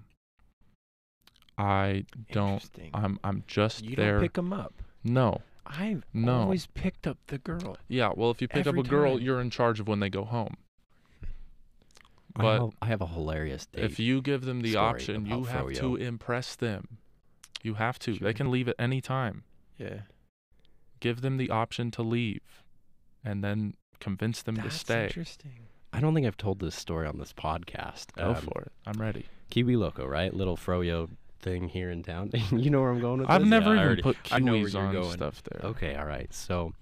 B: I don't
D: Interesting.
B: I'm I'm just
D: you
B: there.
D: don't pick them up.
B: no.
D: I've
B: No.
D: always picked up the girl.
B: Yeah, well if you pick
D: Every
B: up a girl,
D: time.
B: you're in charge of when they go home.
A: I,
B: But-
A: have, I have a hilarious date.
B: If you give them the
A: story
B: option, you
A: about
B: have to
A: froyo.
B: impress them. You have to.
D: Sure.
B: They can leave at any time.
D: Yeah,
B: Give them the option to leave and then convince them
D: that's
B: to stay.
D: interesting.
A: I don't think I've told this story on this podcast.
B: Go
A: Um,
B: for it. I'm ready.
A: Kiwi Loco, right? Little froyo thing here in town. you know where I'm going with
B: I've
A: this? Yeah,
B: never
A: I
B: even
A: already-
B: put
D: I know where
B: kiwis
D: you're
B: on
D: going.
B: stuff there.
A: Okay, all right. So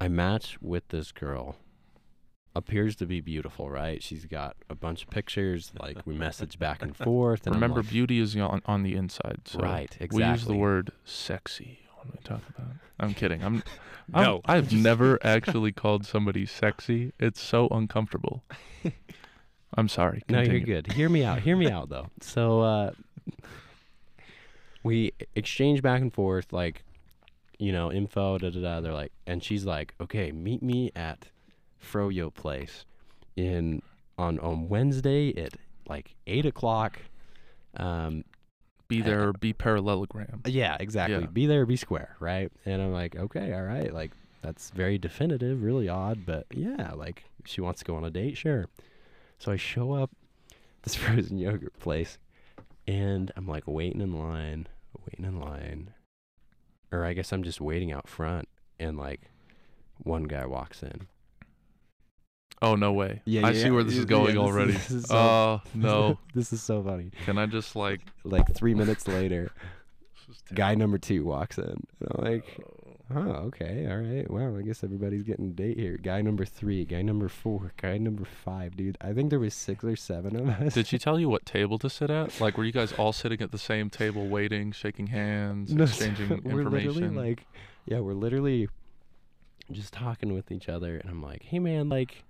A: I match with this girl. Appears to be beautiful, right? She's got a bunch of pictures. Like we message back and forth. And I'm
B: Remember,
A: like,
B: beauty is on, on the inside. So
A: right? Exactly.
B: We use the word sexy when we talk about. It. I'm kidding. I'm. I'm
D: No, I'm
B: I've
D: just-
B: never actually called somebody sexy. It's so uncomfortable. I'm sorry.
A: No, you're
B: continue.
A: good. Hear me out. Hear me out, though. So uh, we exchange back and forth, like, you know, info, da da da. They're like, and she's like, okay, meet me at Froyo Place in on on Wednesday at like eight o'clock. Um,
B: Be there or be parallelogram.
A: yeah, exactly.
B: Yeah.
A: Be there, be square, right? And I'm like, okay, all right, like that's very definitive, really odd, but yeah, like she wants to go on a date, sure. So I show up this frozen yogurt place, and I'm like waiting in line, waiting in line, or I guess I'm just waiting out front, and like one guy walks in.
B: Oh no way!
A: Yeah,
B: I
A: yeah,
B: see where this
A: yeah,
B: is going
A: yeah, this is-
B: already.
A: this is so-
B: oh no!
A: this is so funny.
B: Can I just like?
A: Like three minutes later, guy number two walks in. And I'm like, oh, okay, all right. Wow, I guess everybody's getting a date here. Guy number three, guy number four, guy number five, dude. I think there was six or seven of us.
B: Did she tell you what table to sit at? Like, were you guys all sitting at the same table, waiting, shaking hands,
A: No, so
B: exchanging
A: we're literally
B: information?
A: like, yeah, we're literally just talking with each other, and I'm like, hey man, like,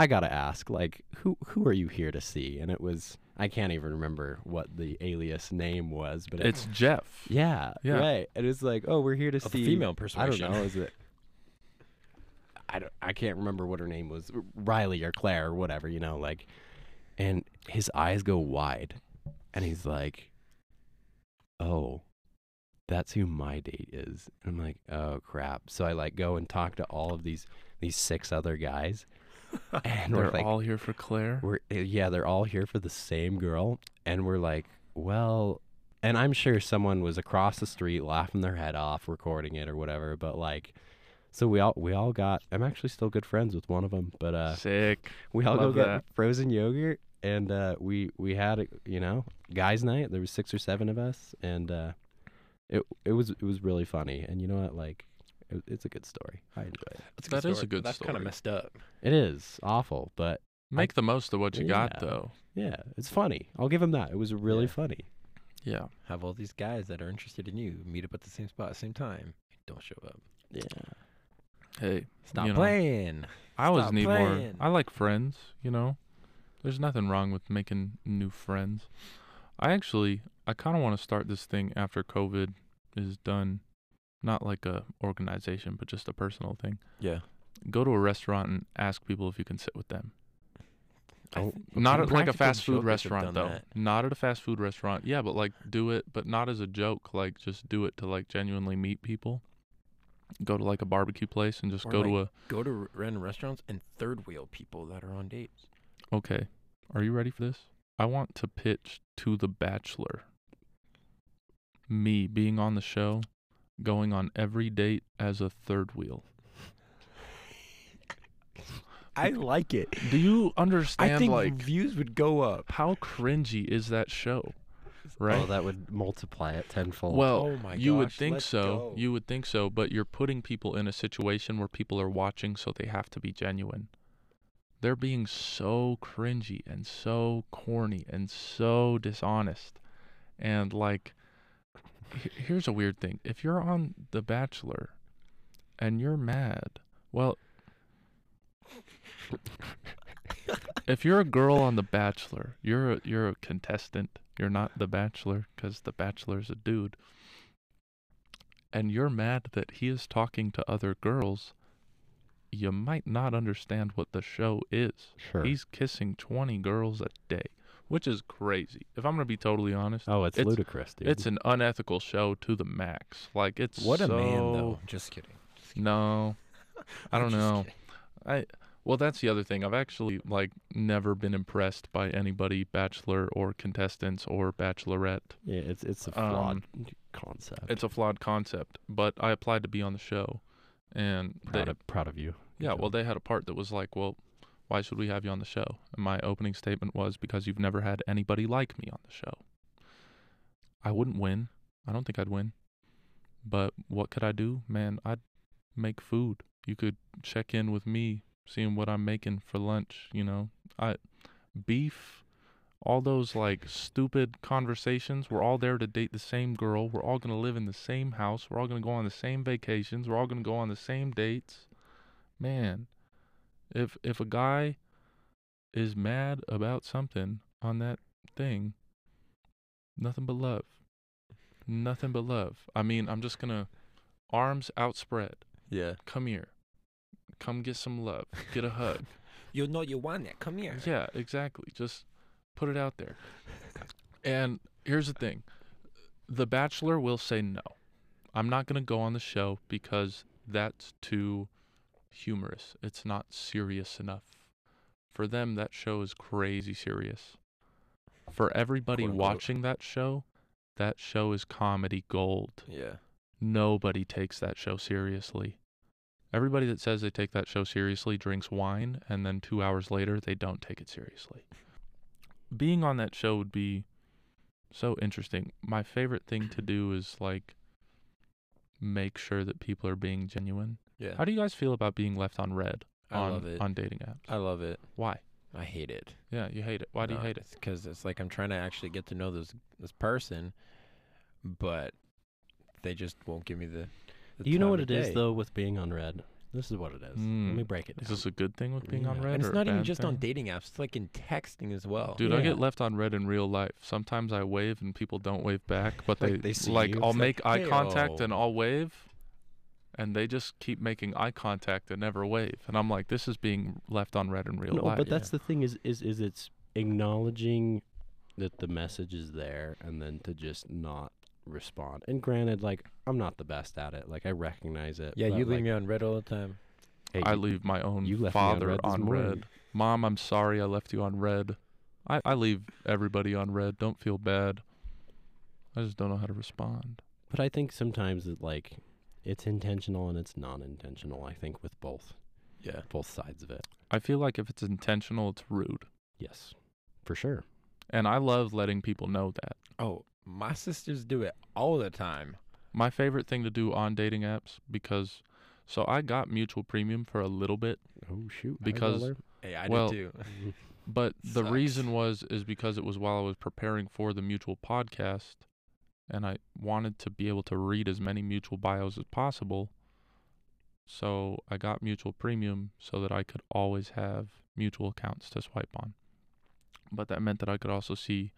A: I gotta ask, like, who who are you here to see? And it was, I can't even remember what the alias name was, but it-
B: it's Jeff.
A: yeah,
B: Yeah.
A: right. And it's like, oh, we're here to
D: Of
A: see
D: female
A: I
D: persuasion.
A: don't know, is it? I don't. I can't remember what her name was, Riley or Claire or whatever. You know, like, and his eyes go wide, and he's like, "Oh, that's who my date is." And I'm like, "Oh crap!" So I like go and talk to all of these these six other guys, and we're
B: They're
A: like,
B: all here for Claire.
A: we're uh, yeah, they're all here for the same girl, and we're like, well, and I'm sure someone was across the street laughing their head off, recording it or whatever. But like, so we all we all got. I'm actually still good friends with one of them, but uh,
B: Sick.
A: we all
B: Love
A: go
B: that.
A: get frozen yogurt, and uh, we we had a, you know guys' night. There was six or seven of us, and uh, it it was it was really funny. And you know what, like. it- It's a good story. I enjoy it.
D: That's
B: That is a good
D: That's kind
B: story.
D: of messed up.
A: It is awful, but
B: Make the most of what you got,
A: Yeah.
B: though.
A: yeah, it's funny. I'll give him that. It was really
D: Yeah.
A: funny.
B: Yeah.
D: Have all these guys that are interested in you meet up at the same spot, same time. Don't show up.
A: Yeah.
B: Hey,
D: Stop
B: you know,
D: playing.
B: I always
D: Stop
B: need
D: playing.
B: more. I like friends, you know. There's nothing wrong with making new friends. I actually, I kind of want to start this thing after COVID is done. Not like a organization, but just a personal thing.
D: Yeah.
B: Go to a restaurant and ask people if you can sit with them.
A: Oh,
B: Not at
D: okay.
B: like a
D: Practical
B: fast food
D: jokers have
B: restaurant
D: done
B: though.
D: that.
B: Not at a fast food restaurant. Yeah, but like do it, but not as a joke. Like just do it to like genuinely meet people. Go to like a barbecue place and just
D: Or,
B: go to
D: like-
B: a.
D: Go to r- random restaurants and third wheel people that are on dates.
B: Okay, are you ready for this? I want to pitch to The Bachelor. Me being on the show, going on every date as a third wheel.
C: I like it.
B: Do you understand?
C: I think
B: like
C: views would go up.
B: how cringy is that show? Right.
A: Oh, that would multiply it tenfold.
B: Well,
D: Oh my
B: you would
D: gosh,
B: think
D: let's
B: so.
D: go.
B: You would think so, but you're putting people in a situation where people are watching, so they have to be genuine. They're being so cringy and so corny and so dishonest. And like, he- here's a weird thing if you're on The Bachelor and you're mad, well, if you're a girl on The Bachelor, you're a, you're a contestant. You're not The Bachelor because The Bachelor's a dude. And you're mad that he is talking to other girls. You might not understand what the show is.
A: sure.
B: He's kissing 20 girls a day, which is crazy. If I'm going to be totally
D: Uh,
B: honest,
A: oh, it's,
B: it's-
A: ludicrous, dude.
B: it's an unethical show to the max. Like it's
D: What a man,
B: so-
D: though. Just kidding.
B: No, I don't
D: Just
B: know.
D: kidding.
B: I well, that's the other thing. I've actually like never been impressed by anybody, bachelor or contestants or bachelorette.
A: yeah, it's it's a
B: um,
A: flawed concept.
B: It's a flawed concept, but I applied to be on the show, and
A: proud,
B: they,
A: of, proud of you. Good
B: yeah,
A: job.
B: well, they had a part that was like, well, why should we have you on the show? And my opening statement was because you've never had anybody like me on the show. I wouldn't win. I don't think I'd win. But what could I do? Man, I'd make food. You could check in with me, seeing what I'm making for lunch, you know. I beef, all those like stupid conversations. We're all there to date the same girl. We're all going to live in the same house. We're all going to go on the same vacations. We're all going to go on the same dates. Man, if if a guy is mad about something on that thing, nothing but love. Nothing but love. I mean, I'm just going to arms outspread
D: Yeah.
B: come here. Come get some love. Get a hug.
D: You know you want it. Come here.
B: yeah, exactly. Just put it out there. And here's the thing The Bachelor will say no. I'm not going to go on the show because that's too humorous. It's not serious enough. For them, that show is crazy serious. For everybody
D: Quote, unquote.
B: watching that show, that show is comedy gold.
D: Yeah.
B: Nobody takes that show seriously. Everybody that says they take that show seriously drinks wine, and then two hours later, they don't take it seriously. Being on that show would be so interesting. My favorite thing to do is like make sure that people are being genuine.
D: Yeah.
B: How do you guys feel about being left on red
D: I
B: on,
D: love it.
B: on dating apps?
D: I love it.
B: Why?
D: I hate it.
B: Yeah, you hate it. Why do you hate it?
D: Because it's like I'm trying to actually get to know this this person, but they just won't give me the. the
A: you know
D: time
A: what
D: of
A: it is
D: day.
A: though with being on red. This is what it is.
B: Mm.
A: Let me break it. Down.
B: Is this a good thing with being on
A: Yeah.
B: red?
D: And it's
B: or a
D: not even
B: bad
D: just on
B: thing?
D: dating apps. It's like in texting as well.
B: Dude, I
A: Yeah.
B: get left on red in real life. Sometimes I wave and people don't wave back, but
A: Like
B: they,
A: they see
B: like
A: you.
B: I'll
A: It's
B: make
D: like,
B: eye contact
D: "Hey-o."
B: and I'll wave, and they just keep making eye contact and never wave. And I'm like, this is being left on red in real
A: no,
B: life.
A: but that's the thing is is is it's acknowledging that the message is there and then to just not respond. And granted, like I'm not the best at it. Like I recognize it.
D: Yeah,
A: but,
D: you leave
A: like,
D: me on red all the time.
A: hey,
B: I
A: you-
B: leave my own
A: you left me on
B: father
A: red this
B: on
A: morning.
B: red. Mom, I'm sorry I left you on red. I, I leave everybody on red. Don't feel bad. I just don't know how to respond.
A: But I think sometimes it like it's intentional and it's non-intentional. I think with both
D: Yeah.
A: both sides of it.
B: I feel like if it's intentional, it's rude.
A: Yes, for sure.
B: And I love letting people know that.
D: Oh, my sisters do it all the time.
B: My favorite thing to do on dating apps because so I got mutual premium for a little bit,
A: Oh shoot!
B: Because-
A: Eyeweller.
D: Hey, I
B: Well,
D: do too.
B: but the
D: Sucks.
B: reason was is because it was while I was preparing for the mutual podcast and I wanted to be able to read as many mutual bios as possible. So I got mutual premium so that I could always have mutual accounts to swipe on. But that meant that I could also see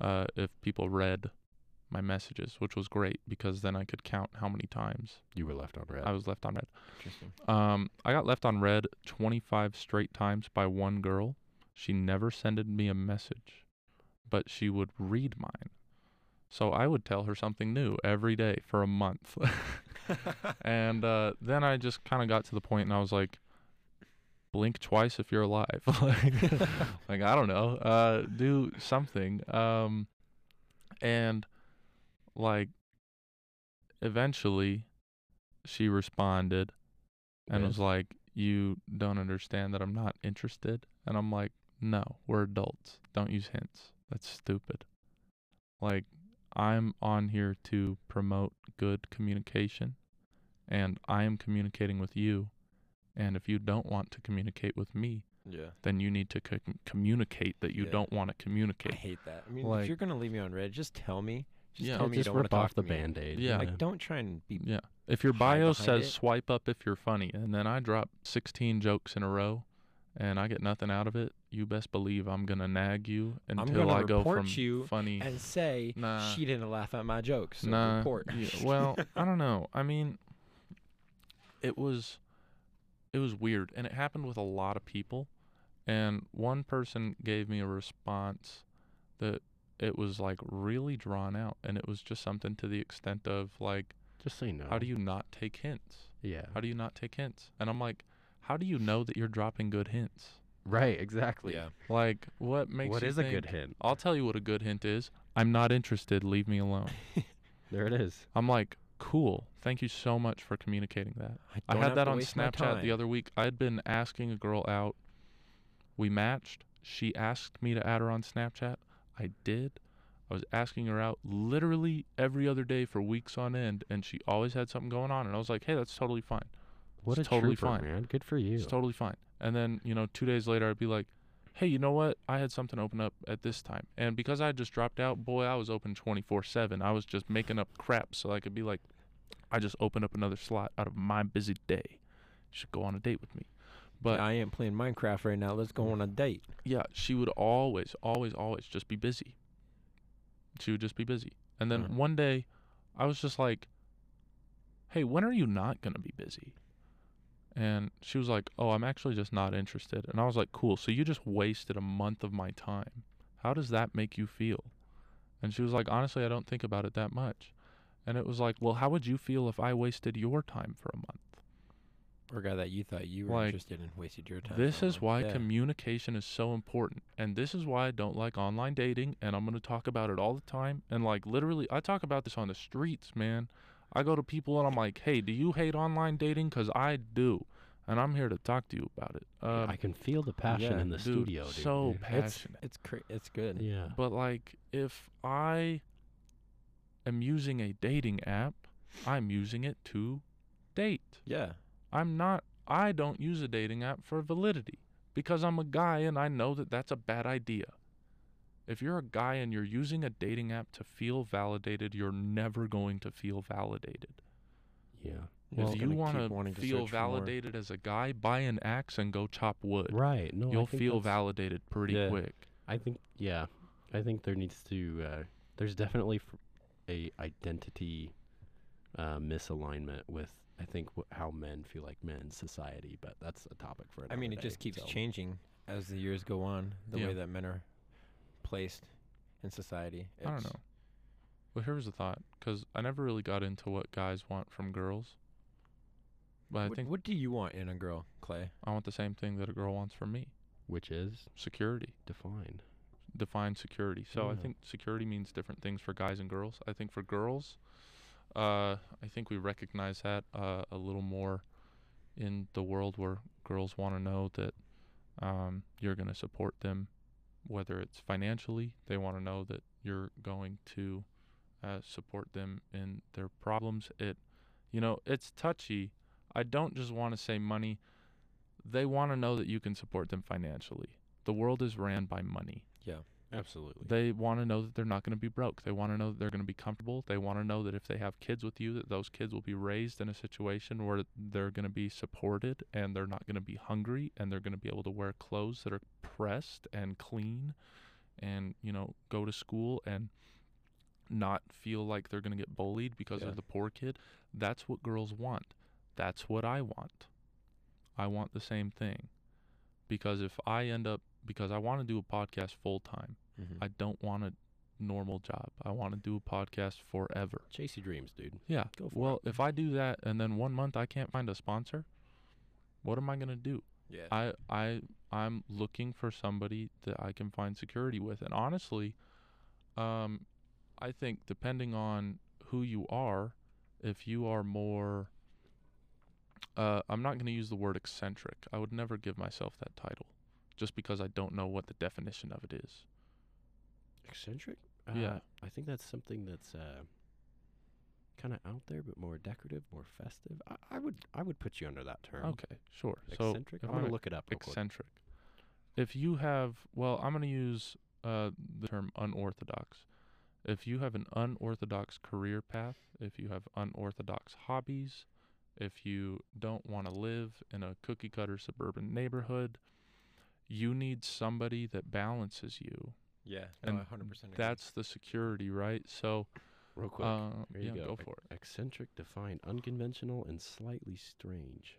B: uh, if people read my messages, which was great because then I could count how many times
A: you were left on red.
B: I was left on red.
D: Interesting.
B: Um, I got left on red 25 straight times by one girl. She never sended me a message, but she would read mine. So I would tell her something new every day for a month. and uh, then I just kind of got to the point and I was like, blink twice if you're alive. like, like, I don't know. Uh, do something. Um, and like, eventually she responded and was like, "You don't understand that I'm not interested." And I'm like, "No, we're adults. Don't use hints. That's stupid." Like, I'm on here to promote good communication, and I am communicating with you. And if you don't want to communicate with me,
D: yeah.
B: then you need to c- communicate that you
D: Yeah.
B: don't want to
D: I
B: communicate.
D: hate that. I mean,
B: Like-
D: if you're gonna leave me on red, just tell me. Just
B: Yeah.
D: tell
A: Yeah,
D: me
A: just
D: you don't want to
A: rip
D: talk
A: off the
D: to me.
A: band aid.
B: Yeah.
D: Like, don't try and be.
B: Yeah. If your
D: hide
B: bio
D: behind
B: says
D: it.
B: swipe up if you're funny, and then I drop 16 jokes in a row and I get nothing out of it, you best believe I'm going to nag you until
D: gonna
B: I go
D: report
B: from
D: you
B: funny.
D: And say
B: Nah.
D: she didn't laugh at my jokes. So
B: Nah,
D: report.
B: yeah, well, I don't know. I mean, it was it was weird and it happened with a lot of people and one person gave me a response that it was like really drawn out and it was just something to the extent of like
A: Just say no.
B: how do you not take hints?
A: Yeah.
B: How do you not take hints? And I'm like, how do you know that you're dropping good hints?
A: right. Exactly.
D: yeah.
B: Like, what makes
A: What
B: you
A: is a
B: think,
A: good hint?
B: I'll tell you what a good hint is. I'm not interested. Leave me alone.
A: There it is.
B: I'm like, cool. Thank you so much for communicating that. I
D: don't
B: had
D: have
B: that
D: to
B: on
D: waste my
B: Snapchat the
D: time.
B: other week. I'd been asking a girl out. We matched. She asked me to add her on Snapchat. I did. I was asking her out literally every other day for weeks on end, and she always had something going on. And I was like, hey, that's totally fine.
A: What
B: It's
A: a
B: totally
A: trooper,
B: fine.
A: man. Good for you.
B: It's totally fine. And then, you know, two days later, I'd be like, hey, you know what? I had something open up at this time. And because I had just dropped out, boy, I was open 24 7. I was just making up crap so I could be like, I just opened up another slot out of my busy day. You should go on a date with me. But Mm.
D: I am playing Minecraft right now. Let's go on a date.
B: yeah, she would always, always, always just be busy. She would just be busy. And then
D: Mhm.
B: one day, I was just like, hey, when are you not going to be busy? And she was like, oh, I'm actually just not interested. And I was like, cool. So you just wasted a month of my time. How does that make you feel? And she was like, honestly, I don't think about it that much. And it was like, well, how would you feel if I wasted your time for a month?
D: Or a guy that you thought you were
B: Like,
D: interested in wasted your time.
B: This
D: on.
B: is why
D: Yeah.
B: communication is so important. And this is why I don't like online dating. And I'm going to talk about it all the time. And like, literally, I talk about this on the streets, man. I go to people and I'm like, hey, do you hate online dating? Because I do. And I'm here to talk to you about it. Um,
A: I can feel the passion
D: yeah,
A: in the
B: dude,
A: studio, dude.
B: So
D: It's
B: passionate.
D: it's cra- it's good.
A: yeah.
B: But like, if I am using a dating app, I'm using it to date.
D: Yeah.
B: I'm not. I don't use a dating app for validity because I'm a guy and I know that that's a bad idea. If you're a guy and you're using a dating app to feel validated, you're never going to feel validated.
A: Yeah.
D: You're just
B: if you
D: gonna
B: wanna
D: keep wanting to
B: feel
D: search for more.
B: validated as a guy, buy an axe and go chop wood.
A: Right. No, I
B: You'll
A: think
B: feel
A: that's-
B: validated pretty
D: Yeah.
B: quick.
A: I think yeah, I think there needs to uh, there's definitely f- a identity uh, misalignment with I think wh- how men feel like men in society, but that's a topic for another
D: I mean, it
A: day,
D: just keeps
A: so-
D: changing as the years go on. The
B: Yeah.
D: way that men are placed in society.
B: I don't
D: It's-
B: know. Well, here was a thought because I never really got into what guys want from girls, but I
D: what,
B: think
D: what do you want in a girl, Clay?
B: I want the same thing that a girl wants from me:
A: which is
B: security.
A: defined.
B: Define security. So I
A: Yeah.
B: think security means different things for guys and girls. I think for girls, uh, I think we recognize that uh, a little more in the world where girls want to know that um, you're going to support them, whether it's financially, they want to know that you're going to uh, support them in their problems. It, you know, it's touchy. I don't just want to say money. They want to know that you can support them financially. The world is ran by money.
D: Yeah.
A: Absolutely.
B: They want to know that they're not going to be broke. They want to know that they're going to be comfortable. They want to know that if they have kids with you, that those kids will be raised in a situation where they're going to be supported and they're not going to be hungry and they're going to be able to wear clothes that are pressed and clean and, you know, go to school and not feel like they're going to get bullied because
D: Yeah.
B: they're the poor kid. That's what girls want. That's what I want. I want the same thing. Because if I end up, because I want to do a podcast full time.
D: Mhm.
B: I don't want a normal job. I want to do a podcast forever.
A: Chase your dreams, dude.
B: Yeah.
A: Go for
B: well, if I do that and then one month I can't find a sponsor, what am I going to do?
D: yeah.
B: I I I'm looking for somebody that I can find security with. And honestly, um I think depending on who you are, if you are more uh, I'm not going to use the word eccentric. I would never give myself that title just because I don't know what the definition of it is.
A: Eccentric. Uh,
B: Yeah.
A: I think that's something that's uh, kind of out there, but more decorative, more festive. I, I would I would put you under that term.
B: Okay, sure.
A: Eccentric.
B: So if
A: I'm gonna
B: I'm-
A: look it up. Real quick.
B: eccentric. If you have, well, I'm going to use uh, the term unorthodox. If you have an unorthodox career path, if you have unorthodox hobbies, if you don't want to live in a cookie cutter suburban neighborhood, you need somebody that balances you.
D: yeah.
B: and
D: No, I 100% agree.
B: That's the security, right? So,
A: Real quick.
B: uh,
A: There
B: yeah,
A: you go.
B: go for it.
A: Eccentric defined unconventional and slightly strange.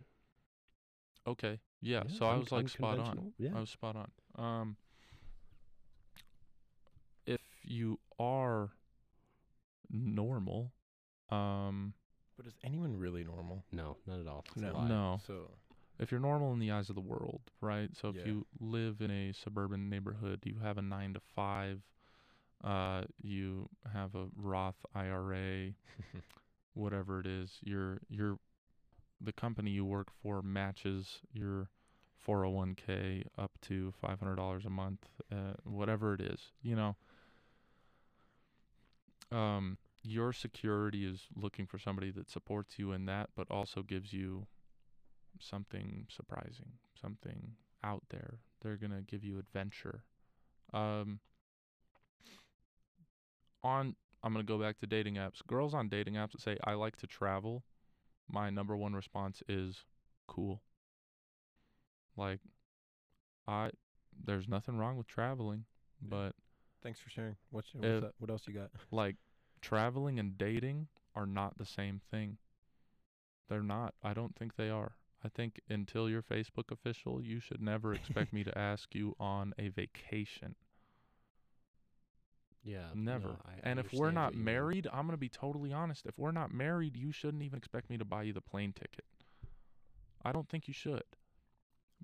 B: Okay. Yeah.
A: Yeah,
B: so I
A: un-
B: was like spot on.
A: unconventional, yeah.
B: I was spot on. Um, if you are normal, um,
D: But is anyone really normal?
A: No, not at all. It's a
D: No.
A: lie.
B: no,
D: So
B: if you're normal in the eyes of the world, right? So if
D: Yeah.
B: you live in a suburban neighborhood, you have a nine to five, uh, you have a Roth IRA, whatever it is, your your the company you work for matches your 401k up to $500 a month, uh, whatever it is, you know. Um, your security is looking for somebody that supports you in that, but also gives you something surprising, something out there. They're gonna give you adventure. Um, on I'm gonna go back to dating apps. Girls on dating apps that say I like to travel, my number one response is cool. Like, I there's nothing wrong with traveling, but
D: thanks for sharing. What's, what's
B: Uh,
D: that? What else you got?
B: like traveling and dating are not the same thing. They're not. I don't think they are. I think until you're Facebook official, you should never expect me to ask you on a vacation.
A: Yeah.
B: Never. and if we're not married, I'm going to be totally honest. If we're not married, you shouldn't even expect me to buy you the plane ticket. I don't think you should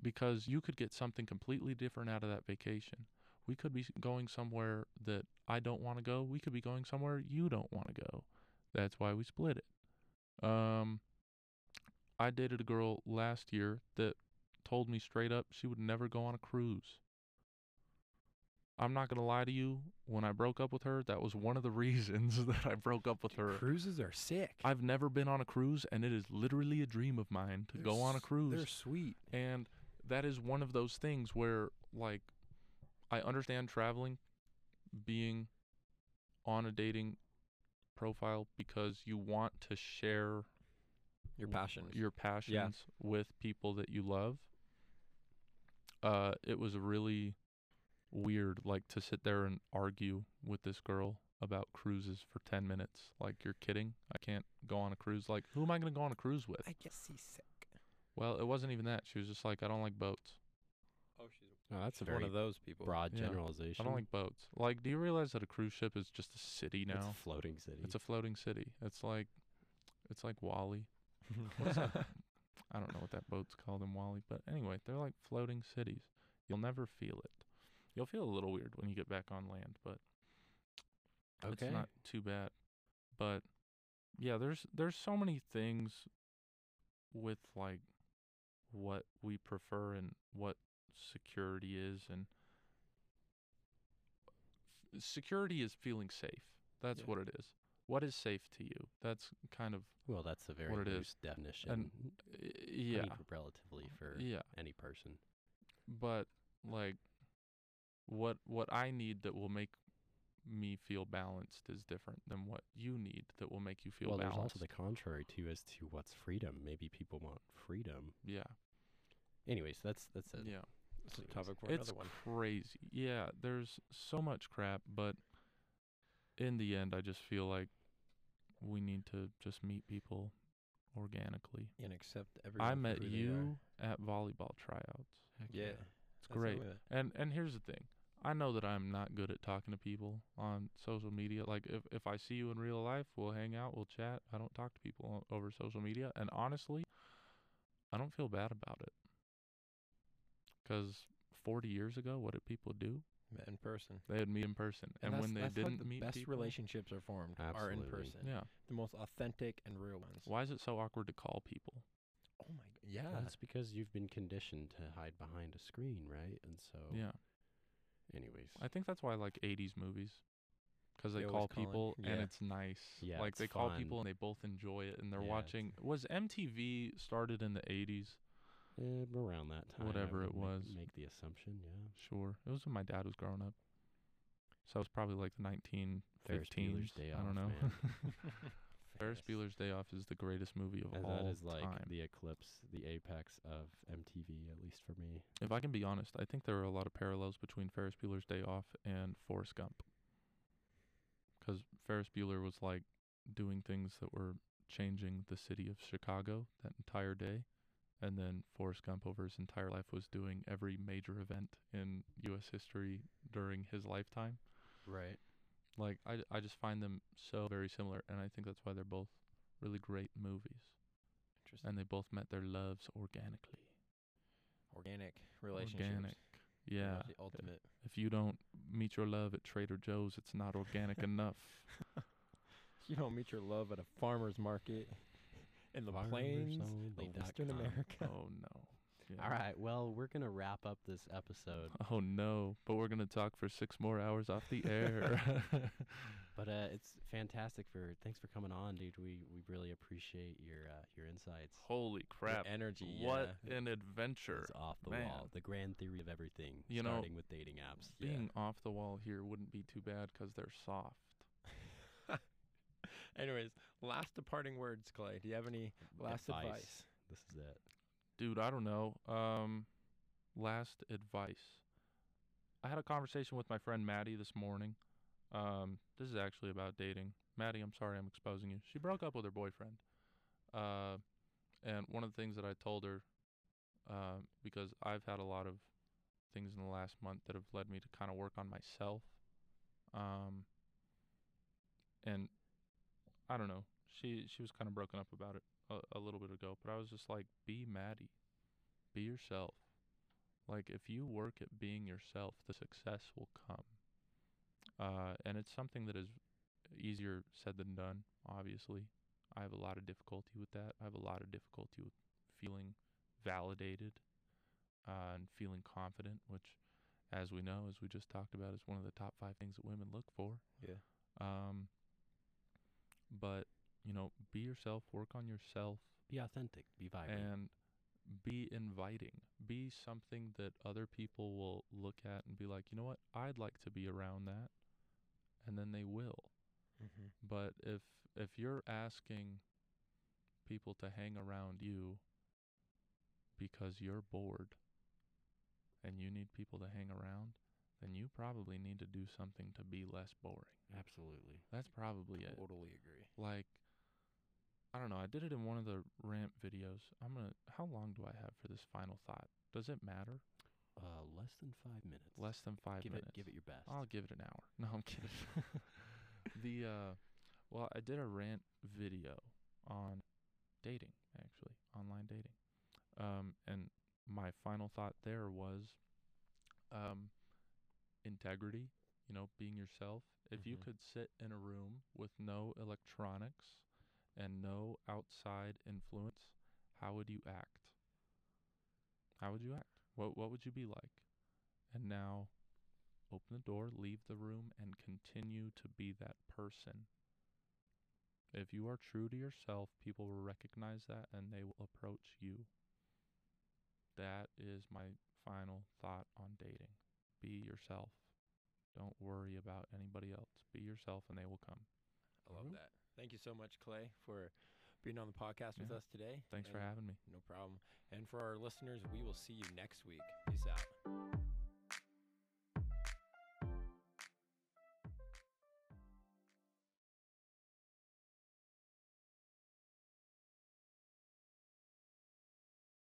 B: because you could get something completely different out of that vacation. We could be going somewhere that I don't want to go. We could be going somewhere you don't want to go. That's why we split it. Um, I dated a girl last year that told me straight up she would never go on a cruise. I'm not gonna lie to you. When I broke up with her, that was one of the reasons that I broke up with her.
D: Cruises are sick.
B: I've never been on a cruise, and it is literally a dream of mine to go on a
D: They're
B: cruise.
D: sweet.
B: And that is one of those things where, like, I understand traveling, being on a dating profile because you want to share
D: Your passion.
B: your passions with people that you love. Uh, it was really weird, like to sit there and argue with this girl about cruises for ten minutes. Like you're kidding. I can't go on a cruise. Like who am I gonna go on a cruise with?
D: I guess he's sick.
B: well, it wasn't even that. She was just like, I don't like boats.
D: Oh, she's
A: No, that's a
D: one
A: very
D: of those people.
A: broad
B: Yeah. I
A: generalization.
B: don't like boats. Like, do you realize that a cruise ship is just a city
A: It's a
B: now?
A: floating city.
B: It's, a floating city. It's like, it's like Wally. What's that? I don't know what that boat's called in Wally, but anyway, they're like floating cities. You'll never feel it. You'll feel a little weird when you get back on land, but
A: okay.
B: it's not too bad. But yeah, there's there's so many things with like what we prefer and what security is and f- security is feeling safe. That's
D: Yeah.
B: what it is. What is safe to you? That's kind of
A: well, that's a very
B: what it is.
A: loose definition.
B: And- y-
A: I
B: yeah.
A: mean, relatively for
B: Yeah.
A: any person.
B: but like what what I need that will make me feel balanced is different than what you need that will make you feel
A: well,
B: balanced.
A: there's also the contrary too as to what's freedom. Maybe people want freedom.
B: yeah,
A: Anyways, that's that's it.
B: yeah,
D: It's a topic for
B: it's
D: another one.
B: crazy. Yeah, there's so much crap, but in the end, I just feel like we need to just meet people organically.
D: And accept everyone.
B: I
D: for
B: met
D: who they
B: you
D: are.
B: at volleyball tryouts.
D: Yeah.
B: It's
D: that's how
B: great.
D: we met.
B: And and here's the thing. I know that I'm not good at talking to people on social media. Like if, if I see you in real life, we'll hang out, we'll chat. I don't talk to people o- over social media, and honestly, I don't feel bad about it. Cuz 40 years ago, what did people do?
D: Met in person.
B: They would meet in person. And,
D: that's-
B: when they
D: that's how
B: didn't
D: the
B: meet
D: best
B: people,
D: relationships are formed are
A: Absolutely.
D: in person.
B: Yeah.
D: The most authentic and real ones.
B: Why is it so awkward to call people?
D: Oh my god. Yeah.
A: Well, that's because you've been conditioned to hide behind a screen, right? And so,
D: Oh.
B: Yeah.
A: anyways,
B: I think that's why I like 80s movies. Because they,
D: They
B: call
D: always call
B: people
D: it-
B: and
D: yeah.
B: it's nice.
A: Yeah,
B: like
A: it's
B: they call
A: fun.
B: people and they both enjoy it and they're
A: Yeah, it's-
B: watching. Was MTV started in the 80s?
A: eh, around that time, I
B: Whatever it
A: would make-
B: was.
A: make, the assumption. Yeah,
B: Sure. It was when my dad was growing up. So it was probably like the 1915s.
A: Day
B: I don't know.
A: Off, man.
B: Ferris Bueller's Day Off is the greatest movie of
A: And
B: all
A: that is like
B: time.
A: the eclipse, the apex of MTV, at least for me.
B: if I can be honest, I think there are a lot of parallels between Ferris Bueller's Day Off and Forrest Gump. Because Ferris Bueller was like doing things that were changing the city of Chicago that entire day. And then Forrest Gump, over his entire life, was doing every major event in U.S. history during his lifetime.
A: Right.
B: Like, I, I just find them so very similar. And I think that's why they're both really great movies.
D: Interesting.
B: And they both met their loves organically.
D: organic relationships.
B: Organic. Yeah.
D: That's The ultimate.
B: If you don't meet your love at Trader Joe's, it's not organic enough.
D: You don't meet your love at a farmer's market in the plains, of Western America.
B: Oh no. Yeah.
A: All right. Well, we're gonna wrap up this episode,
B: Oh no. But we're gonna talk for six more hours off the air.
A: but uh, it's fantastic for. Thanks for coming on, dude. We we really appreciate your uh, your insights.
B: Holy crap.
D: The energy.
B: What
D: Yeah.
B: an adventure.
A: It's off the
B: Man.
A: wall. The grand theory of everything,
B: You know,
A: starting with dating apps.
D: yeah.
B: Being off the wall here wouldn't be too bad because they're soft.
D: Anyways, last departing words, Clay. Do you have any last advice?
A: This is it.
B: Dude, I don't know. Um last advice. I had a conversation with my friend Maddie this morning. Um, this is actually about dating. Maddie, I'm sorry I'm exposing you. She broke up with her boyfriend. Uh, and one of the things that I told her, uh, because I've had a lot of things in the last month that have led me to kind of work on myself. Um, and I don't know. She she was kind of broken up about it a, a little bit ago, but I was just like, be Maddie, be yourself. Like if you work at being yourself, the success will come. Uh, and it's something that is easier said than done, obviously. I have a lot of difficulty with that. I have a lot of difficulty with feeling validated uh, and feeling confident, which, as we know, as we just talked about, is one of the top five things that women look for.
D: Yeah.
B: Um, but, you know, be yourself, work on yourself,
A: Be authentic. Be vibrant.
B: and be inviting. Be something that other people will look at and be like, you know what? I'd like to be around that. And then they will.
D: Mm-hmm.
B: But if if you're asking people to hang around you because you're bored and you need people to hang around, then you probably need to do something to be less boring.
A: Absolutely.
B: That's probably it
D: Totally agree.
B: like I don't know. I did it in one of the ramp videos. I'm gonna. How long do I have for this final thought? Does it matter?
A: Uh, less than five minutes.
B: Less than five
A: give
B: minutes.
A: it. Give it your best.
B: I'll give it an hour. No, I'm kidding. the uh, well, I did a rant video on dating, actually, online dating, um, and my final thought there was, um, integrity. You know, being yourself. If you
A: Mhm.
B: could sit in a room with no electronics and no outside influence, how would you act? How would you act? What what would you be like? And now open the door, leave the room, and continue to be that person. If you are true to yourself, people will recognize that and they will approach you. That is my final thought on dating. Be yourself. Don't worry about anybody else. Be yourself and they will come.
D: I love
A: Mhm.
D: that. Thank you so much, Clay, for being on the podcast with
B: Yeah.
D: us today.
B: Thanks for
D: And-
B: having me.
D: No problem. And for our listeners, we will see you next week. Peace out.